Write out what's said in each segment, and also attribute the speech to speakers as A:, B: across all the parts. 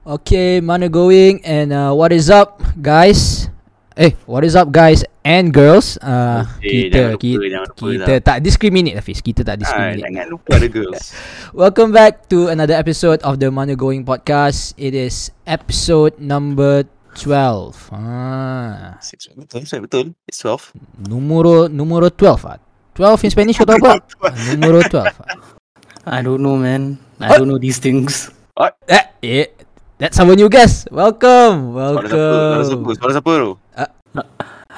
A: Okay, mana going and uh, what is up, guys? Eh, what is up, guys and girls? Uh, kita
B: Eh, jangan lupa,
A: kita,
B: jangan lupa
A: kita tak discriminate Hafiz. Kita tak
B: Ah,
A: discriminate.
B: jangan lupa ada girls.
A: Welcome back to another episode of the Mana Going podcast. It is episode number 12. Ah,
B: Six, betul, six, betul. It's 12.
A: numero numero 12 ah. 12 in Spanish kau tahu apa? Ah, numero 12. ah.
C: I don't know, man. I
A: What?
C: don't know these things.
A: Eh, eh, that's our new guest. Welcome.
B: Suara siapa? Suara siapa?
A: Welcome.
B: Suara siapa tu?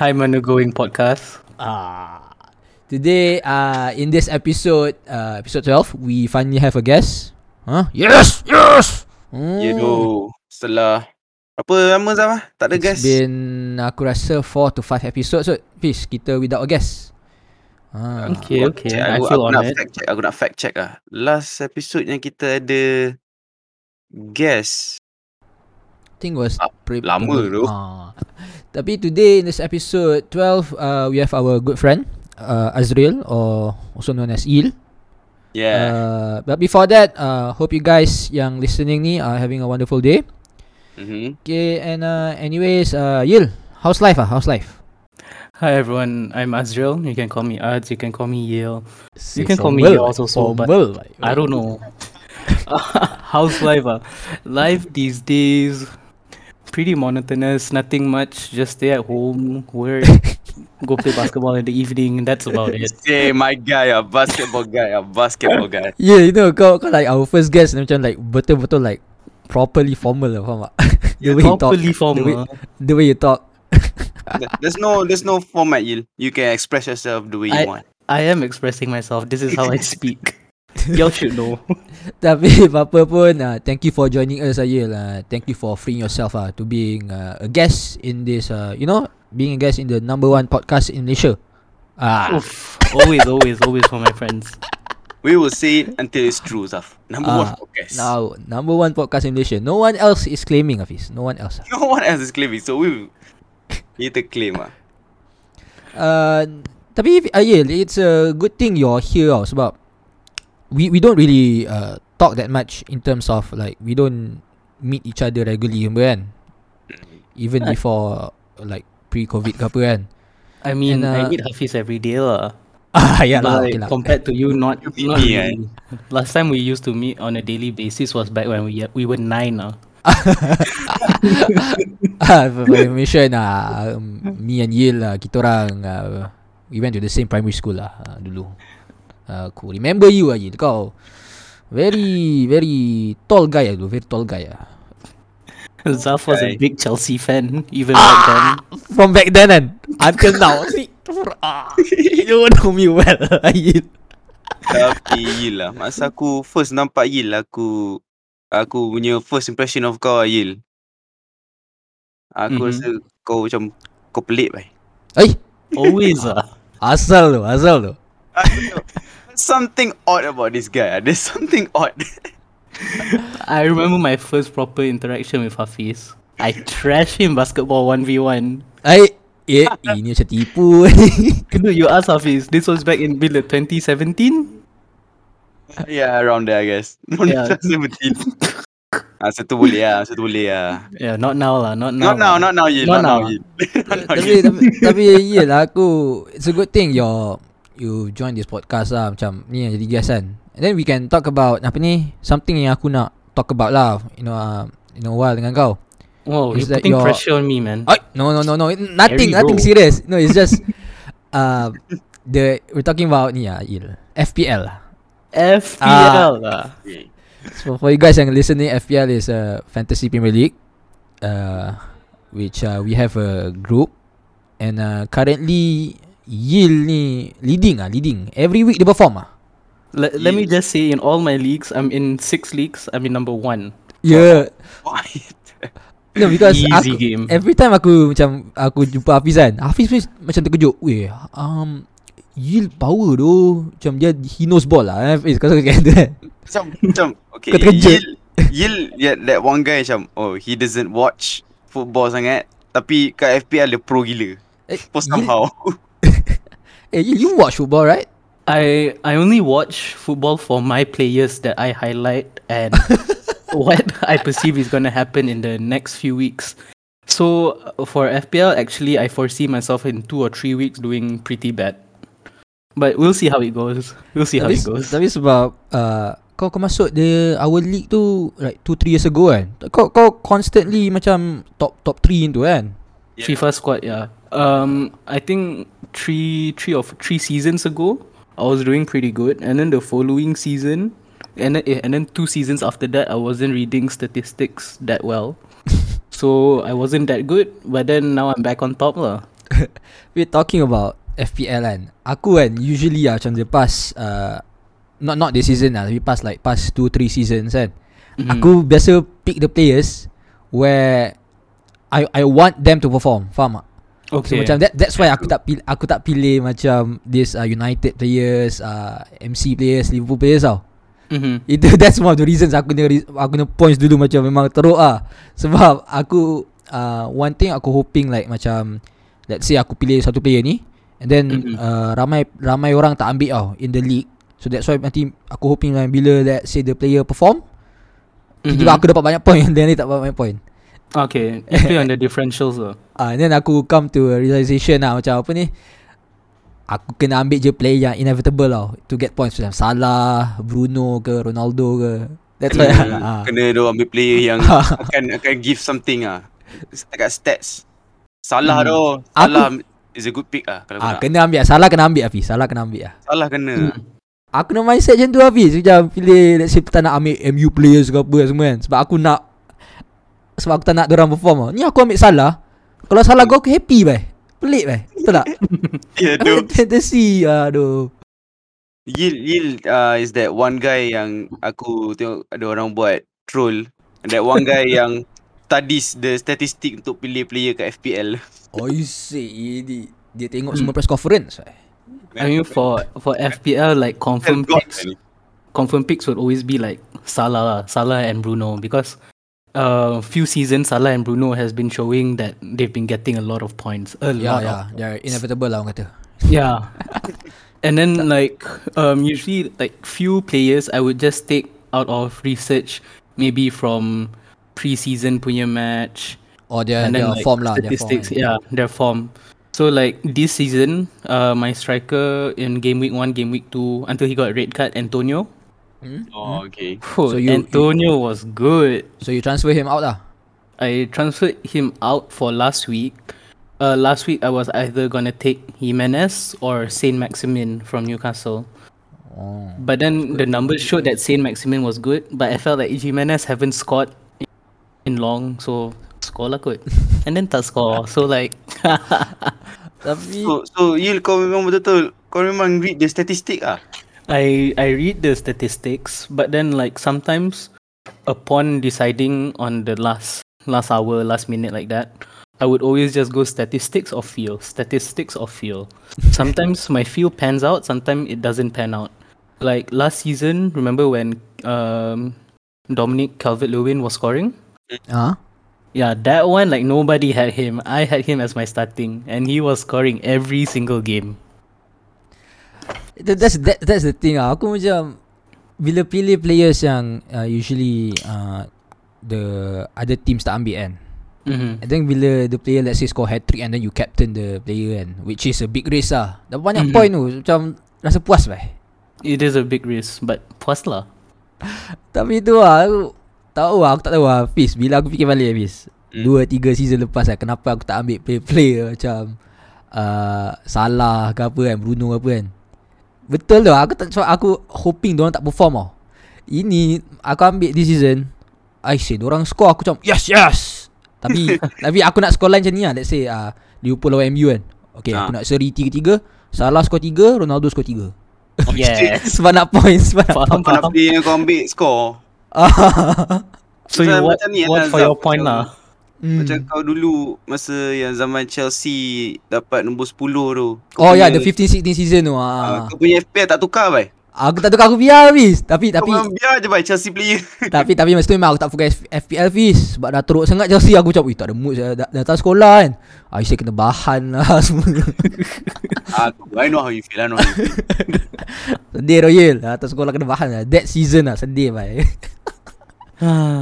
C: Hi, Manu Going Podcast.
A: Ah, today, uh, in this episode, uh, episode 12, we finally have a guest. Huh? Yes, yes. Mm.
B: Ya
C: Hmm.
B: tu. Setelah apa lama Zah? Tak ada guys.
A: It's been aku rasa 4 to 5 episodes so Fish, kita without a guest. Ha.
C: Okay, okay. I
B: aku,
C: feel
B: aku nak
C: honored.
B: fact check. Aku nak fact check lah. Last episode yang kita ada guest.
A: I think was
B: Ah,
A: pre-
B: lama tu.
A: Ha. Tapi today in this episode 12 uh, we have our good friend uh, Azril or also known as Il.
B: Yeah.
A: Uh, but before that, uh, hope you guys yang listening ni are having a wonderful day.
B: Mhm.
A: Okay, and uh, anyways, uh, Il, how's life ah? How's life?
C: Hi, everyone. I'm Azrael. You can call me Az. You can call me Yale. You can call me
A: Sombel,
C: Il also, so, but
A: Sombel, like,
C: I don't know. How's life? Uh? Life these days, pretty monotonous. Nothing much. Just stay at home, work, go play basketball in the evening. That's about it.
B: Say my guy, a basketball guy, a basketball guy.
A: Yeah, you know, kau, kau like our first guest ni macam like betul-betul like properly formal lah, faham tak? the way you talk,
C: Properly
A: the way,
C: formal.
A: the way you talk.
B: There- There's no, there's no format. You, you can express yourself the way you
C: I-
B: want.
C: I am expressing myself. This is how I speak. Y'all should know.
A: Tapi apa pun, uh, thank you for joining us saya lah. Thank you for freeing yourself ah to being uh, a guest in this, uh, you know, being a guest in the number one podcast in Malaysia. Ah,
C: Oof. Always, always, always for my friends.
B: We will say it until it's true, Zaf. Number
A: Ah,
B: one podcast.
A: now number one podcast in Malaysia. No one else is claiming Hafiz. No one else. ah.
B: No one else is claiming, so we kita claim ah.
A: Uh, tapi Ayel, it's a good thing you're here tau, sebab we we don't really uh, talk that much in terms of like we don't meet each other regularly pun kan. Even
C: Right.
A: before like pre-COVID ke apa kan.
C: I mean,
A: And, uh,
C: I meet Hafiz every day, lah.
A: Ah, ya lah,
C: Like,
A: okay lah.
C: Compared to you, not,
B: You meet
C: not
B: me,
C: really. Last time we used to meet on a daily basis was back when we we were nine, lah.
A: Ah, for for information ah, um, me and Yil lah, kita orang ah, we went to the same primary school lah ah, dulu. Ah, aku remember you lah Yil, kau very very tall guy lah dulu, very tall guy ah. lah.
C: Zaf was
B: Okay.
C: a big Chelsea fan, even back then.
A: From back then kan Until now See ah, You know me well Ayil
B: Tapi Yil lah Masa aku first nampak Yil Aku Aku punya first impression of kau lah, Yil Aku
C: Mhm.
B: rasa kau macam Kau pelik bai
A: Ay
C: Always, ah. lah.
A: Asal tu Asal tu
B: Something odd about this guy ah. There's something odd
C: I remember my first proper interaction with Hafiz. I trashed him basketball 1v1.
A: Ay Eh Ini macam tipu ni.
C: Dude, you asked Hafiz, this was back in bila 2017?
B: Yeah around there I guess
C: Yeah.
B: Rasa betul Ah, satu boleh lah, satu boleh lah.
C: Yeah, not now, lah. Not now.
B: Not now,
C: lah.
B: not now, Yil.
C: Not
B: Not now,
C: now.
A: Tapi
B: Yil.
A: tapi, tapi Yelah aku It's a good thing Your You join this podcast lah Macam Ni yang jadi guest kan And then we can talk about Apa ni Something yang aku nak Talk about lah You know uh, In a while dengan kau
C: Whoa,
A: It's
C: you're
A: like
C: putting
A: your-
C: pressure on me, man.
A: Ay, no, no, no, no. Nothing,
C: Scary,
A: nothing
C: bro.
A: serious. No, it's just uh the we're talking about ni ah, Il. FPL lah.
C: FPL
A: Ah.
C: lah.
A: So for you guys yang listening, FPL is a uh, fantasy Premier League, uh, which uh, we have a group, and uh, currently Yil ni leading ah, leading. Every week dia perform ah.
C: Let, let me just say, in all my leagues, I'm in six leagues. I'm in number one.
A: Yeah,
B: Why?
A: no because aku,
C: Easy game.
A: every time aku macam aku jumpa Hafiz kan, Hafiz pun macam terkejut. Weh, um, Yil power tu Macam dia He knows ball lah Hafiz kau suka kan tu kan
B: Macam Macam Okay
A: Kau terkejut.
B: Yil Yil yeah, That one guy macam Oh he doesn't watch Football sangat Tapi kat FPL dia pro gila
A: Eh,
B: For
A: Yil-
B: somehow
A: Eh, you, you watch football, right?
C: I I only watch football for my players that I highlight and what I perceive is going to happen in the next few weeks. So uh, for FPL, actually, I foresee myself in two or three weeks doing pretty bad. But we'll see how it goes. We'll see how
A: Tapi,
C: it goes.
A: tapi sebab uh, kau kau masuk the our league tu like 2 3 years ago kan. Kau kau constantly macam top top 3 tu kan.
B: Yeah.
C: FIFA squad, yeah. Um, I think three, three of three seasons ago, I was doing pretty good, and then the following season, and then, eh, and then two seasons after that, I wasn't reading statistics that well, so I wasn't that good. But then now I'm back on top lah.
A: We're talking about FPL kan. Aku kan usually lah macam the past uh, not not this season lah, tapi past like past 2 3 seasons kan. Mm-hmm. Aku biasa pick the players where I I want them to perform. Faham tak? So macam that that's why aku tak pilih aku tak pilih macam this uh, United players, uh, MC players, Liverpool players tau.
B: Mm-hmm.
C: Mhm.
A: Itu that's one of the reasons aku kena re- aku kena points dulu macam memang teruk ah. Sebab aku uh, one thing aku hoping like macam let's say aku pilih satu player ni and then mm-hmm. uh, ramai ramai orang tak ambil tau in the league. So that's why nanti aku hoping like, bila let's say the player perform mm-hmm. tiba aku dapat banyak point dan dia tak dapat banyak point.
C: Okay, you play on the differentials lah.
A: Ah uh, then aku come to a realization lah macam apa ni Aku kena ambil je player yang inevitable tau To get points macam Salah, Bruno ke, Ronaldo ke That's why
B: Kena,
A: ah.
B: kena dia ambil player yang akan akan give something ah. Dekat stats. Salah hmm. doh. Salah is a good pick ah kalau
A: Ah,
B: ah,
A: kena ambil lah. Salah kena ambil Hafiz. Salah kena ambil lah.
B: Salah kena.
A: Aku nak mindset macam tu Hafiz. Macam pilih let's say tak nak ambil MU players ke apa semua kan. Sebab aku nak sebab aku tak nak orang perform tau. Ni aku ambil salah. Kalau salah gua aku happy bhai. Pelik bhai. Betul tak?
B: Ya tu.
A: Fantasy. Aduh.
B: Yil Yil uh, is that one guy yang aku tengok ada orang buat troll. That one guy yang studies the statistic untuk pilih player kat FPL.
A: Oh, you see ini dia tengok
C: Hmm.
A: semua press conference. bhai.
C: I mean, for for FPL, like confirm
B: God,
C: picks, confirm picks would always be like Salah, lah, Salah and Bruno because uh few seasons Salah and Bruno has been showing that they've been getting a lot of points,
A: Ya
C: a lot
A: ya,
C: of
A: dia inevitable lah orang kata.
C: yeah. and then like um usually like few players I would just take out of research maybe from pre-season punya match
A: Oh dia
C: and
A: dia
C: then like
A: form lah dia form.
C: statistics, yeah, their form. So like this season, uh, my striker in game week one, game week two, until he got red card, Antonio.
B: Oh okay.
C: Oh,
A: So you-
C: Antonio was good.
A: So you transfer him out lah.
C: I transferred him out for last week. Uh, last week I was either gonna take Jimenez or Saint Maximin from Newcastle.
A: Oh.
C: But then the numbers showed that Saint Maximin was good, but I felt that Jimenez haven't scored in long, so score lah kot. And then tak score, so like
A: Tapi
B: So so Yil kau memang betul-betul kau memang read the statistic ah.
C: I I read the statistics, but then like sometimes upon deciding on the last last hour, last minute like that, I would always just go statistics or feel, statistics or feel. sometimes my feel pans out, sometimes it doesn't pan out. Like last season, remember when um Dominic Calvert Lewin was scoring?
A: ah.
C: Yeah, that one like nobody had him. I had him as my starting and he was scoring every single game.
A: That, that's that, that's the thing ah. Aku macam bila pilih players yang uh, usually uh, the other teams tak ambil kan.
C: hmm
A: And then bila the player let's say score hat trick and then you captain the player kan, which is a big risk lah. Dapat banyak mm-hmm. point tu macam rasa puas lah. bhai.
C: It is a big risk, but puas lah.
A: Tapi tu lah aku tahu lah, aku tak tahu lah Fiz bila aku fikir balik Fiz.
B: Mm.
A: Dua tiga season lepas lah kenapa aku tak ambil player-player macam uh, Salah ke apa kan, Bruno ke apa kan. Betul tu aku tak sebab aku hoping diorang tak perform tau. Ini aku ambil this season. I say diorang score aku macam yes yes. Tapi tapi aku nak score line macam ni lah let's say uh, Liverpool lawan MU kan. Okay
B: Ah.
A: aku nak seri 3-3 Salah score 3 Ronaldo score 3
C: Yes.
A: Sebab nak points Sebab nak
C: Faham,
B: Kau nak
C: faham.
B: player yang kau ambil score.
C: So you
B: Macam-
C: what,
B: macam ni,
C: what
B: Azam,
C: for your point
B: macam-
C: lah.
A: Hmm.
B: Macam kau dulu masa yang zaman Chelsea dapat nombor 10 tu. Kau
A: Oh ya, yeah,
B: punya-
A: the 15-16 season tu.
B: ah,
A: Ha.
B: Kau punya FPL tak tukar bai.
A: Aku tak tukar aku biar habis. Tapi
B: Kau
A: tapi
B: memang biar je bai Chelsea player.
A: tapi tapi masa tu memang aku tak fokus F- FPL Fiz sebab dah teruk sangat Chelsea aku macam "Ui, tak ada mood saya dat- datang sekolah kan. Aisyah kena bahan lah semua.
B: Aku Ah, I know how you feel. I know. How you feel.
A: sedih Royal datang sekolah kena bahan lah. That season lah sedih bhai.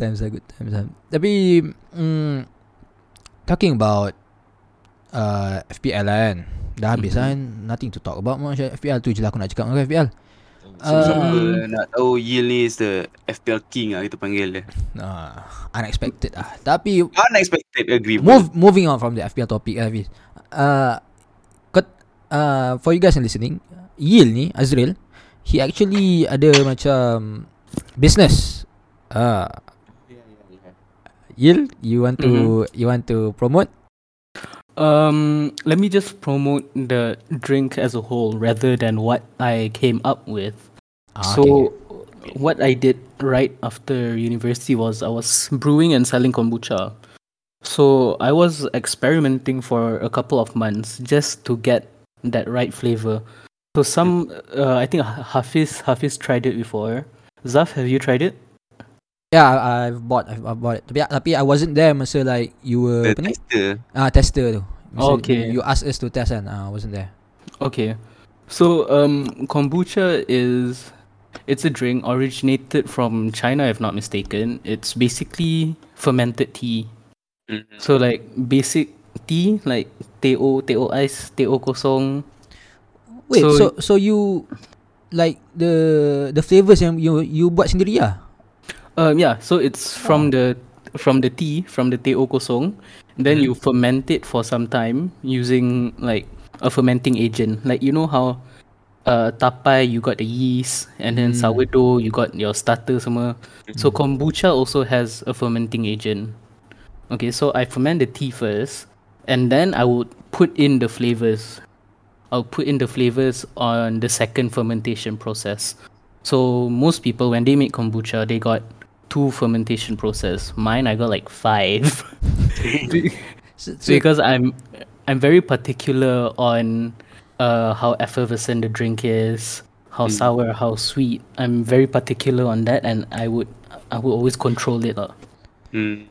A: times are good times. ah. Tapi mm, talking about uh, FPL lah kan. Dah habis lah kan.
B: Mm-hmm.
A: Nothing to talk about much ah, FPL tu je lah aku nak cakap dengan kau, FPL.
B: So,
C: Uh.
A: Ah,
B: siapa nak tahu Yil ni is the FPL king lah kita panggil dia.
A: Uh, unexpected ah. Tapi
B: Unexpected agree. bro.
A: move moving on from the FPL topic ah, Hafiz. Uh, kat, uh, for you guys yang listening, Yil ni Azril, he actually ada macam business. Ah. Yil, you want to you want to promote?
C: Um, let me just promote the drink as a whole rather than what I came up with.
A: Ah, okay.
C: so, what I did right after university was I was brewing and selling kombucha. So, I was experimenting for a couple of months just to get that right flavor. So, some, uh, I think Ha- Hafiz, Hafiz tried it before. Zaf, have you tried it?
A: yeah, I- I've bought I've, I've bought it. Tapi tapi I wasn't there masa like you were
B: The
A: apa ni?
B: tester.
A: Ah tester tu. Masa
C: Okay.
A: You asked us to test kan. Ah, I wasn't there.
C: Okay. So, um, kombucha is it's a drink originated from China, if not mistaken. It's basically fermented tea. So like basic tea, like teh o, teh o ice, teh o kosong.
A: Wait, so
C: So-
A: so, you like the the flavors yang you you buat sendiri lah.
C: Um, yeah. So it's from the from the tea, from the teh o kosong. Then you ferment it for some time using like a fermenting agent. Like you know how uh, tapai you got the yeast, and then sourdough you got your starter semua. So kombucha also has a fermenting agent. Okay, so I ferment the tea first, and then I would put in the flavors. I'll uh, put in the flavors on the second fermentation process. So most people when they make kombucha, they got two fermentation process. Mine, I got like five.
A: So, so,
C: because I'm I'm very particular on uh, how effervescent the drink is, how sour, how sweet. I'm very particular on that, and I would I would always control it. lah.
B: Hmm.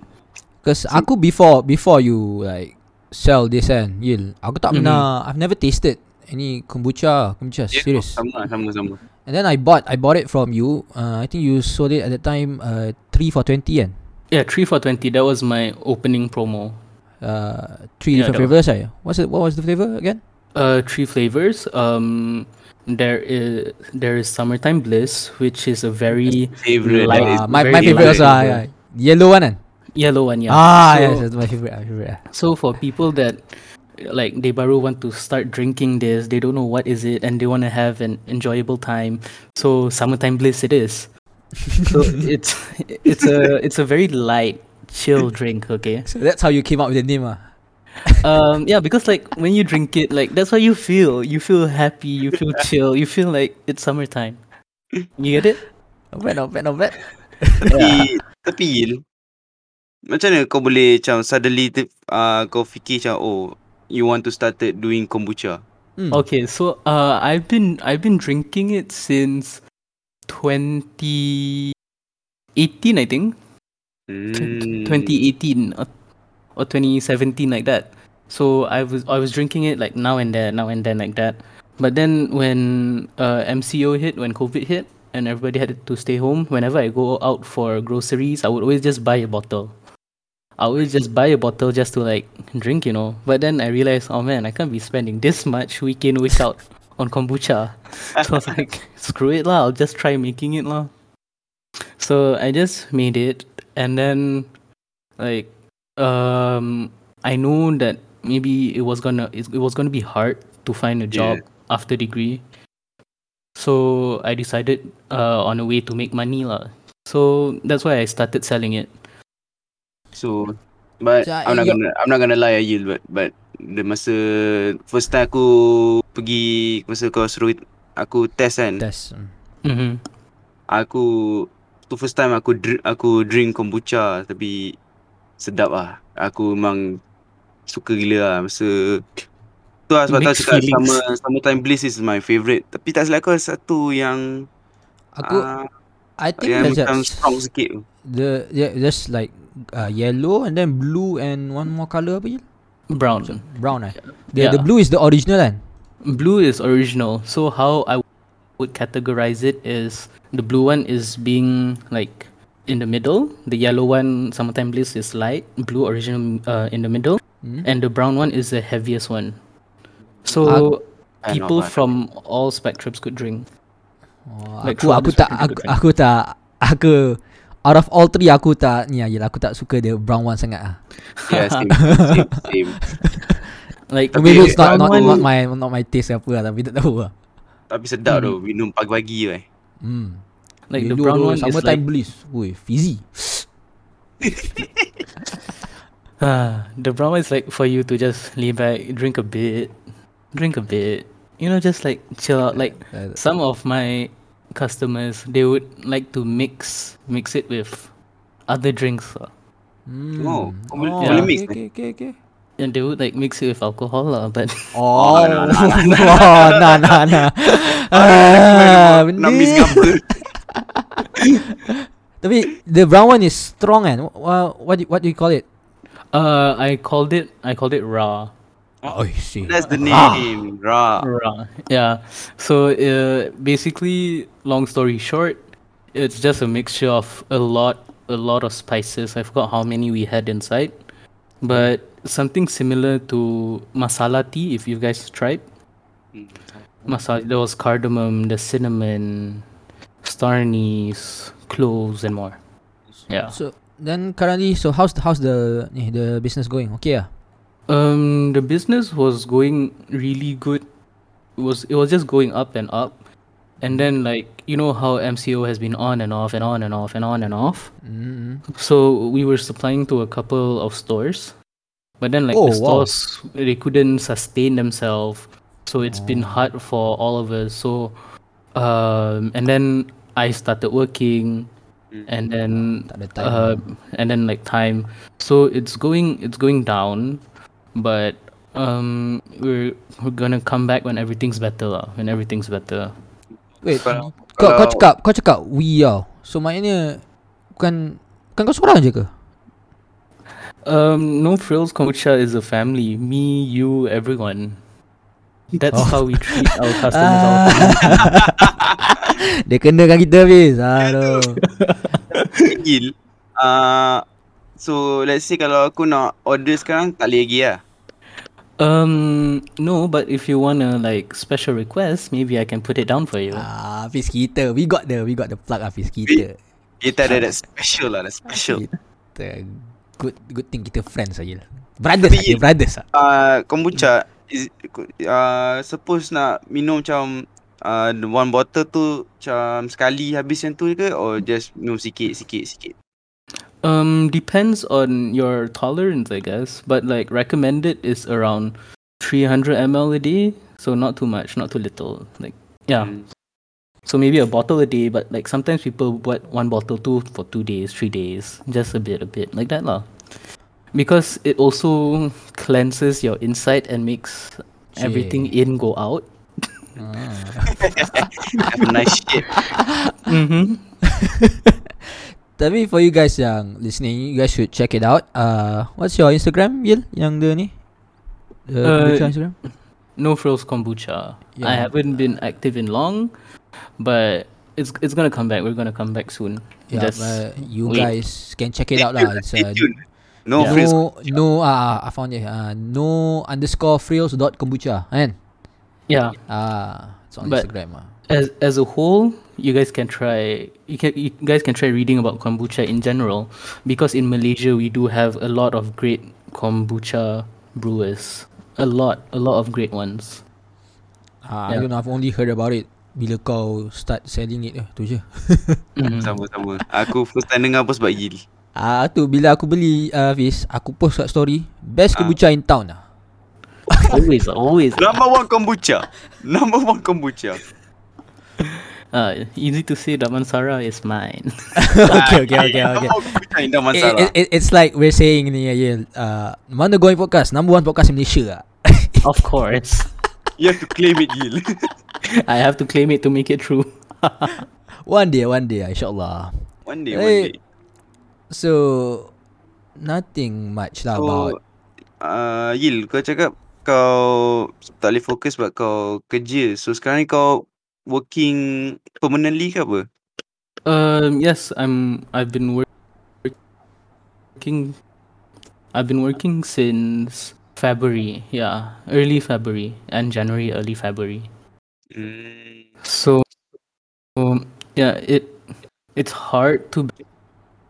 A: Cause aku before before you like sell this kan, Yil, aku tak
C: Mm-hmm.
A: pernah I've never tasted any kombucha, kombucha
B: Yeah,
A: serious.
B: Sama sama sama.
A: And then I bought I bought it from you. Uh, I think you sold it at that time uh 3 for 20 kan.
C: Yeah, three for twenty. That was my opening promo.
A: Uh, three
C: Yeah,
A: different
C: that
A: flavors right? What's it, what was the flavor again?
C: Uh, three flavors. Um, there is there is summertime bliss, which is a very
B: Favorite. that
C: Like,
B: is
A: Uh, my
C: very
A: my favorite also
B: light
A: ah,
C: flavor.
A: yeah. yellow one kan.
C: yellow one. Yeah.
A: Ah,
C: So-
A: yes, that's my favorite. My favorite. ah.
C: So for people that like they baru want to start drinking this, they don't know what is it, and they want to have an enjoyable time. So summertime bliss it is. so it's it's a it's a very light, chill drink. Okay.
A: So that's how you came up with the name ah.
C: Um. Yeah. Because like when you drink it, like that's how you feel. You feel happy. You feel chill. You feel like it's summertime. You get it?
A: Not bad, not bad, not bad.
B: Tapi Tapi Yil Macam mana kau boleh Macam suddenly ter- uh, Kau fikir macam Oh You want to started doing kombucha
A: Hmm.
C: Okay, so uh, I've been I've been drinking it since 2018, I think
B: hmm.
C: 2018 or, or 2017 like that. So I was I was drinking it like now and then, now and then like that. But then when uh, MCO hit, when COVID hit, and everybody had to stay home, whenever I go out for groceries, I would always just buy a bottle. I always just buy a bottle just to like drink, you know. But then I realized, oh man, I can't be spending this much week in week out on kombucha. So I was like, screw it lah, I'll just try making it lah. So I just made it, and then like um I know that maybe it was gonna it, it was gonna be hard to find a job after degree. So I decided uh, on a way to make money lah. So that's why I started selling it.
B: So But
A: So,
B: I'm not
A: you-
B: gonna I'm not gonna lie Yil But But The masa First time aku Pergi Masa kau suruh Aku test kan
A: Test. Hmm.
C: Mm-hmm.
B: Aku Tu first time aku dr- Aku drink kombucha Tapi Sedap lah Aku memang Suka gila lah Masa Tu lah sebab tu aku
C: Mixed
B: cakap
C: feelings.
B: sama, sama time bliss is my favourite Tapi tak silap kau satu yang
A: Aku
B: ah,
A: I think
B: Yang
A: there's a,
B: macam strong sikit tu
A: the yeah, there's like uh, yellow and then blue and one more color apa je?
C: Brown.
A: Brown eh. The the
C: Yeah.
A: blue is the original kan.
C: Blue is original. So how I would categorize it is the blue one is being like in the middle, the yellow one summertime bliss is light blue original uh, in the middle,
B: Hmm?
C: and the brown one is the heaviest one. So
B: Ah, I know
C: people
B: about it.
C: from all spectrums could drink.
A: Oh,
C: Like
A: aku
C: Tron
A: aku
C: is
A: tak
C: pretty
A: aku,
C: good, right?
A: aku tak aku out of all three aku tak ni lah, yelah aku tak suka the brown one sangat ah.
B: Yeah, Ya, same, same, same.
C: Like
A: Tapi
B: Tapi
A: maybe it's not
B: brown
A: not,
B: one-
A: not my not my taste apa lah tapi tak tahu lah.
B: Tapi sedap tu eh. minum pagi-pagi weh.
A: Hmm.
C: like the brown one is
A: sama
C: like
A: time bliss. Woi, fizzy.
C: Ah, the brown one is like for you to just lean back, drink a bit, drink a bit. You know, just like chill out. Like
A: Uh,
C: some of my customers, they would like to mix mix it with other drinks, ah.
A: Hmm.
B: Oh, boleh-
A: Oh,
C: boleh
A: okay,
B: mix ni?
A: Okay, okay, okay.
C: and they would like mix it with alcohol, ah. But
A: Oh, oh, nah, nah, nah. Ah,
B: Nak miss
A: benda.
B: gambar.
A: Tapi the brown one is strong kan? Wha- What do- what do you call it?
C: uh, I called it I called it raw,
A: Oh, see.
B: That's the name. Ra.
C: raw. Yeah. So uh, basically, long story short, it's just a mixture of a lot a lot of spices. I forgot how many we had inside, but something similar to masala tea. If you guys tried
B: Hmm,
C: masala, there was cardamom, the cinnamon, star anise, cloves, and more. Yeah.
A: So then currently, so how's the, how's the ni, the business going? Okay ah.
C: Um, the business was going really good. It was it was just going up and up, and then like you know how MCO has been on and off and on and off and on and off.
A: Mm-hmm.
C: So we were supplying to a couple of stores, but then like
A: Oh,
C: the
A: wow.
C: stores they couldn't sustain themselves, so it's
A: Oh.
C: been hard for all of us. So, um, and then I started working,
B: hmm.
C: and then
A: Tak ada time.
C: uh, and then like time. So it's going it's going down, but um, we're we're gonna come back when everything's better lah. When everything's better.
A: Wait,
B: kalau-
A: kau kau
B: kalau-
A: cakap kau cakap we tau. So maknanya bukan bukan kau seorang je ke?
C: Um, no frills kombucha is a family. Me, you, everyone. That's how we treat our customers. our family.
A: Dia kenakan kita habis. Aduh.
B: Gil. Ah, so let's say kalau aku nak order sekarang tak boleh lagi lah.
C: um, no, but if you wanna like special request, maybe I can put it down for you.
A: ah, habis kita. We got the we got the plug habis kita.
B: Kita ada that special lah, that special.
A: Kita good good thing kita friends aje lah. Brothers lah, kita brothers lah.
B: Ah, kombucha is ah suppose nak minum macam ah the one bottle tu macam sekali habis yang tu ke or just minum sikit sikit sikit.
C: Um, depends on your tolerance, I guess. But like recommended is around 300 ml a day, so not too much, not too little. Like
A: Ah.
C: yeah,
B: Hmm.
C: so maybe a bottle a day. But like sometimes people what one bottle two for two days, three days, just a bit, a bit like that lah. Because it also cleanses your inside and makes everything in go out.
A: Ah.
B: Have a nice shit.
C: Mm-hmm.
A: Tapi for you guys yang listening, you guys should check it out. Uh, what's your Instagram, Yil? Yang the ni? The
C: Uh,
A: kombucha Instagram?
C: No frills kombucha. I
A: Yeah.
C: haven't been active in long, but it's it's gonna come back. We're gonna come back soon.
A: Yeah,
C: Just-
A: but you
C: wait.
A: guys can check it out lah. It's
B: Stay
A: uh,
B: tuned. No
A: no
B: frills.
A: no ah uh, I found it. Uh, no underscore frills dot kombucha kan?
C: yeah.
A: Ah, it's on
C: But-
A: Instagram ah.
C: As as a whole, you guys can try. You can you guys can try reading about kombucha in general, because in Malaysia we do have a lot of great kombucha brewers. A lot, a lot of great ones.
A: Ah, I
C: yeah.
A: don't know. I've only heard about it bila kau start selling it eh, tu je. Oh, mm.
B: Sama-sama. Aku first time dengar pun sebab Gil.
A: Ah tu bila aku beli uh, Hafiz, aku post kat story,
C: Ah.
A: best kombucha in town lah.
C: always, always.
B: Number one kombucha. Number one kombucha.
C: Uh, easy to say. Damansara is mine.
A: okay, okay, okay, okay. Eh,
B: Number one kombucha Indah
A: It,
B: Masalah.
A: it, it, it's like we're saying ni Yil, uh, mana going podcast? Number one podcast in Malaysia lah.
C: of course,
B: You have to claim it Gil.
C: I have to claim it to make it true.
A: one day, one day, insyaAllah.
B: one day,
A: Hey,
B: one day.
A: So nothing much lah so, about
B: So, uh, Gil, kau cakap kau tak boleh fokus sebab kau kerja. So sekarang ni kau working permanently ke apa?
C: Um, yes, I'm. I've been wor- working. I've been working since February. Yeah, early February and January, early February.
B: Hmm.
C: So, um, yeah, it it's hard to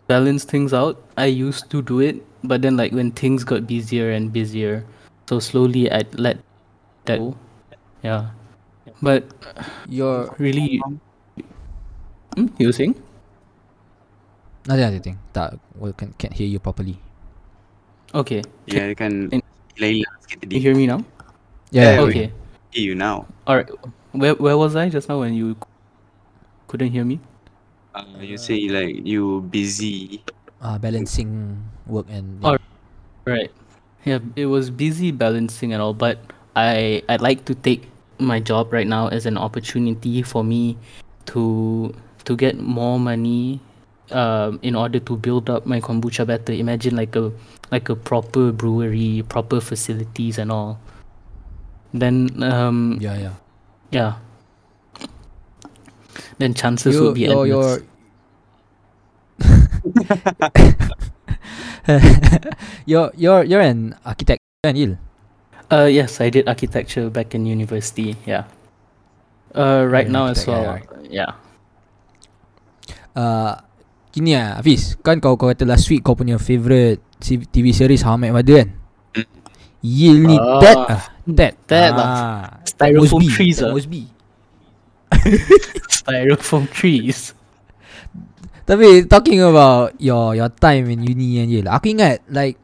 C: balance things out. I used to do it, but then like when things got busier and busier, so slowly I let that go. Yeah, but
A: Your
C: really, hmm, you were saying?
A: nothing, nothing. Tak, we can, can't hear you properly.
C: Okay,
B: Yeah, dia kan
C: Can-
B: hilang-hilang sikit tadi.
C: you hear me now?
A: Yeah,
B: Yeah, we-
A: okay.
C: Okay.
B: Hear you now.
C: All right. Where where was I just now when you c- couldn't hear me?
B: Uh, you say like you busy.
A: Uh, balancing work and
C: Alright. Right. Yeah, it was busy balancing and all, but I I'd like to take my job right now as an opportunity for me to to get more money um in order to build up my kombucha better. Imagine like a like a proper brewery, proper facilities and all. Then um yeah.
A: yeah, yeah.
C: Then chances
A: You-
C: would be
A: your,
C: endless.
A: your you're you're you're an architect kan Il?
C: Uh, yes, I did architecture back in university. Yeah. Uh, right
A: You're an
C: now as
A: architect,
C: well.
A: yeah,
C: Yeah.
A: Uh, kini ah Hafiz, kan kau kau kata last week kau punya favourite si- TV series How I Met Your Mother kan? Il ni
C: Ah,
A: Ted ah, Ted.
C: Ted lah.
A: ah.
C: Styrofoam
A: Mosby,
C: trees
A: Ted
C: ah.
A: Mosby.
C: Styrofoam trees.
A: Tapi talking about your your time in uni and year lah. Aku ingat like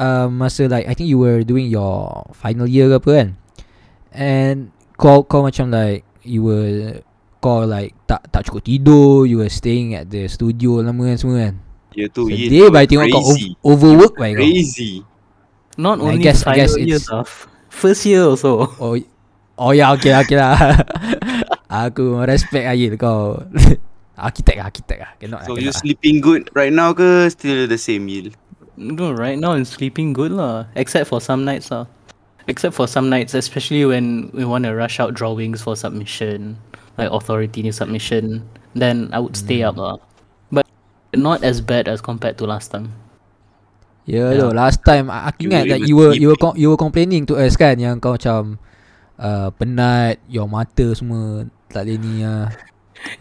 A: uh, masa like I think you were doing your final year ke apa kan. And kau kau macam like you were kau like tak tak cukup tidur, you were staying at the studio lama kan semua kan.
B: Year
A: So,
B: two,
C: Oh,
B: year
A: dia
B: two,
A: by tengok kau
B: crazy.
A: ov- overwork by kau.
B: Crazy.
C: Not
A: I
C: only
A: guess- I
C: final
A: guess
C: year
A: it's-
C: stuff. First year also.
A: Oh y- Oh ya okay okay lah. aku respect Ayil kau. arkitek lah, arkitek lah. Cannot lah,
B: So
A: cannot
B: you
A: lah.
B: sleeping good right now ke still the same yield?
C: No, right now I'm sleeping good lah. Except for some nights lah. Except for some nights, especially when we want to rush out drawings for submission, like authority new submission, then I would stay
A: Hmm.
C: up lah. But not as bad as compared to last time.
A: Ya yeah.
C: Yeah.
A: though, last time a- aku
B: You
A: ingat
B: were
A: that
B: even
A: you were you were
B: sleeping.
A: com- you were complaining to us kan yang kau macam uh, penat, your mata semua tak boleh ni ah.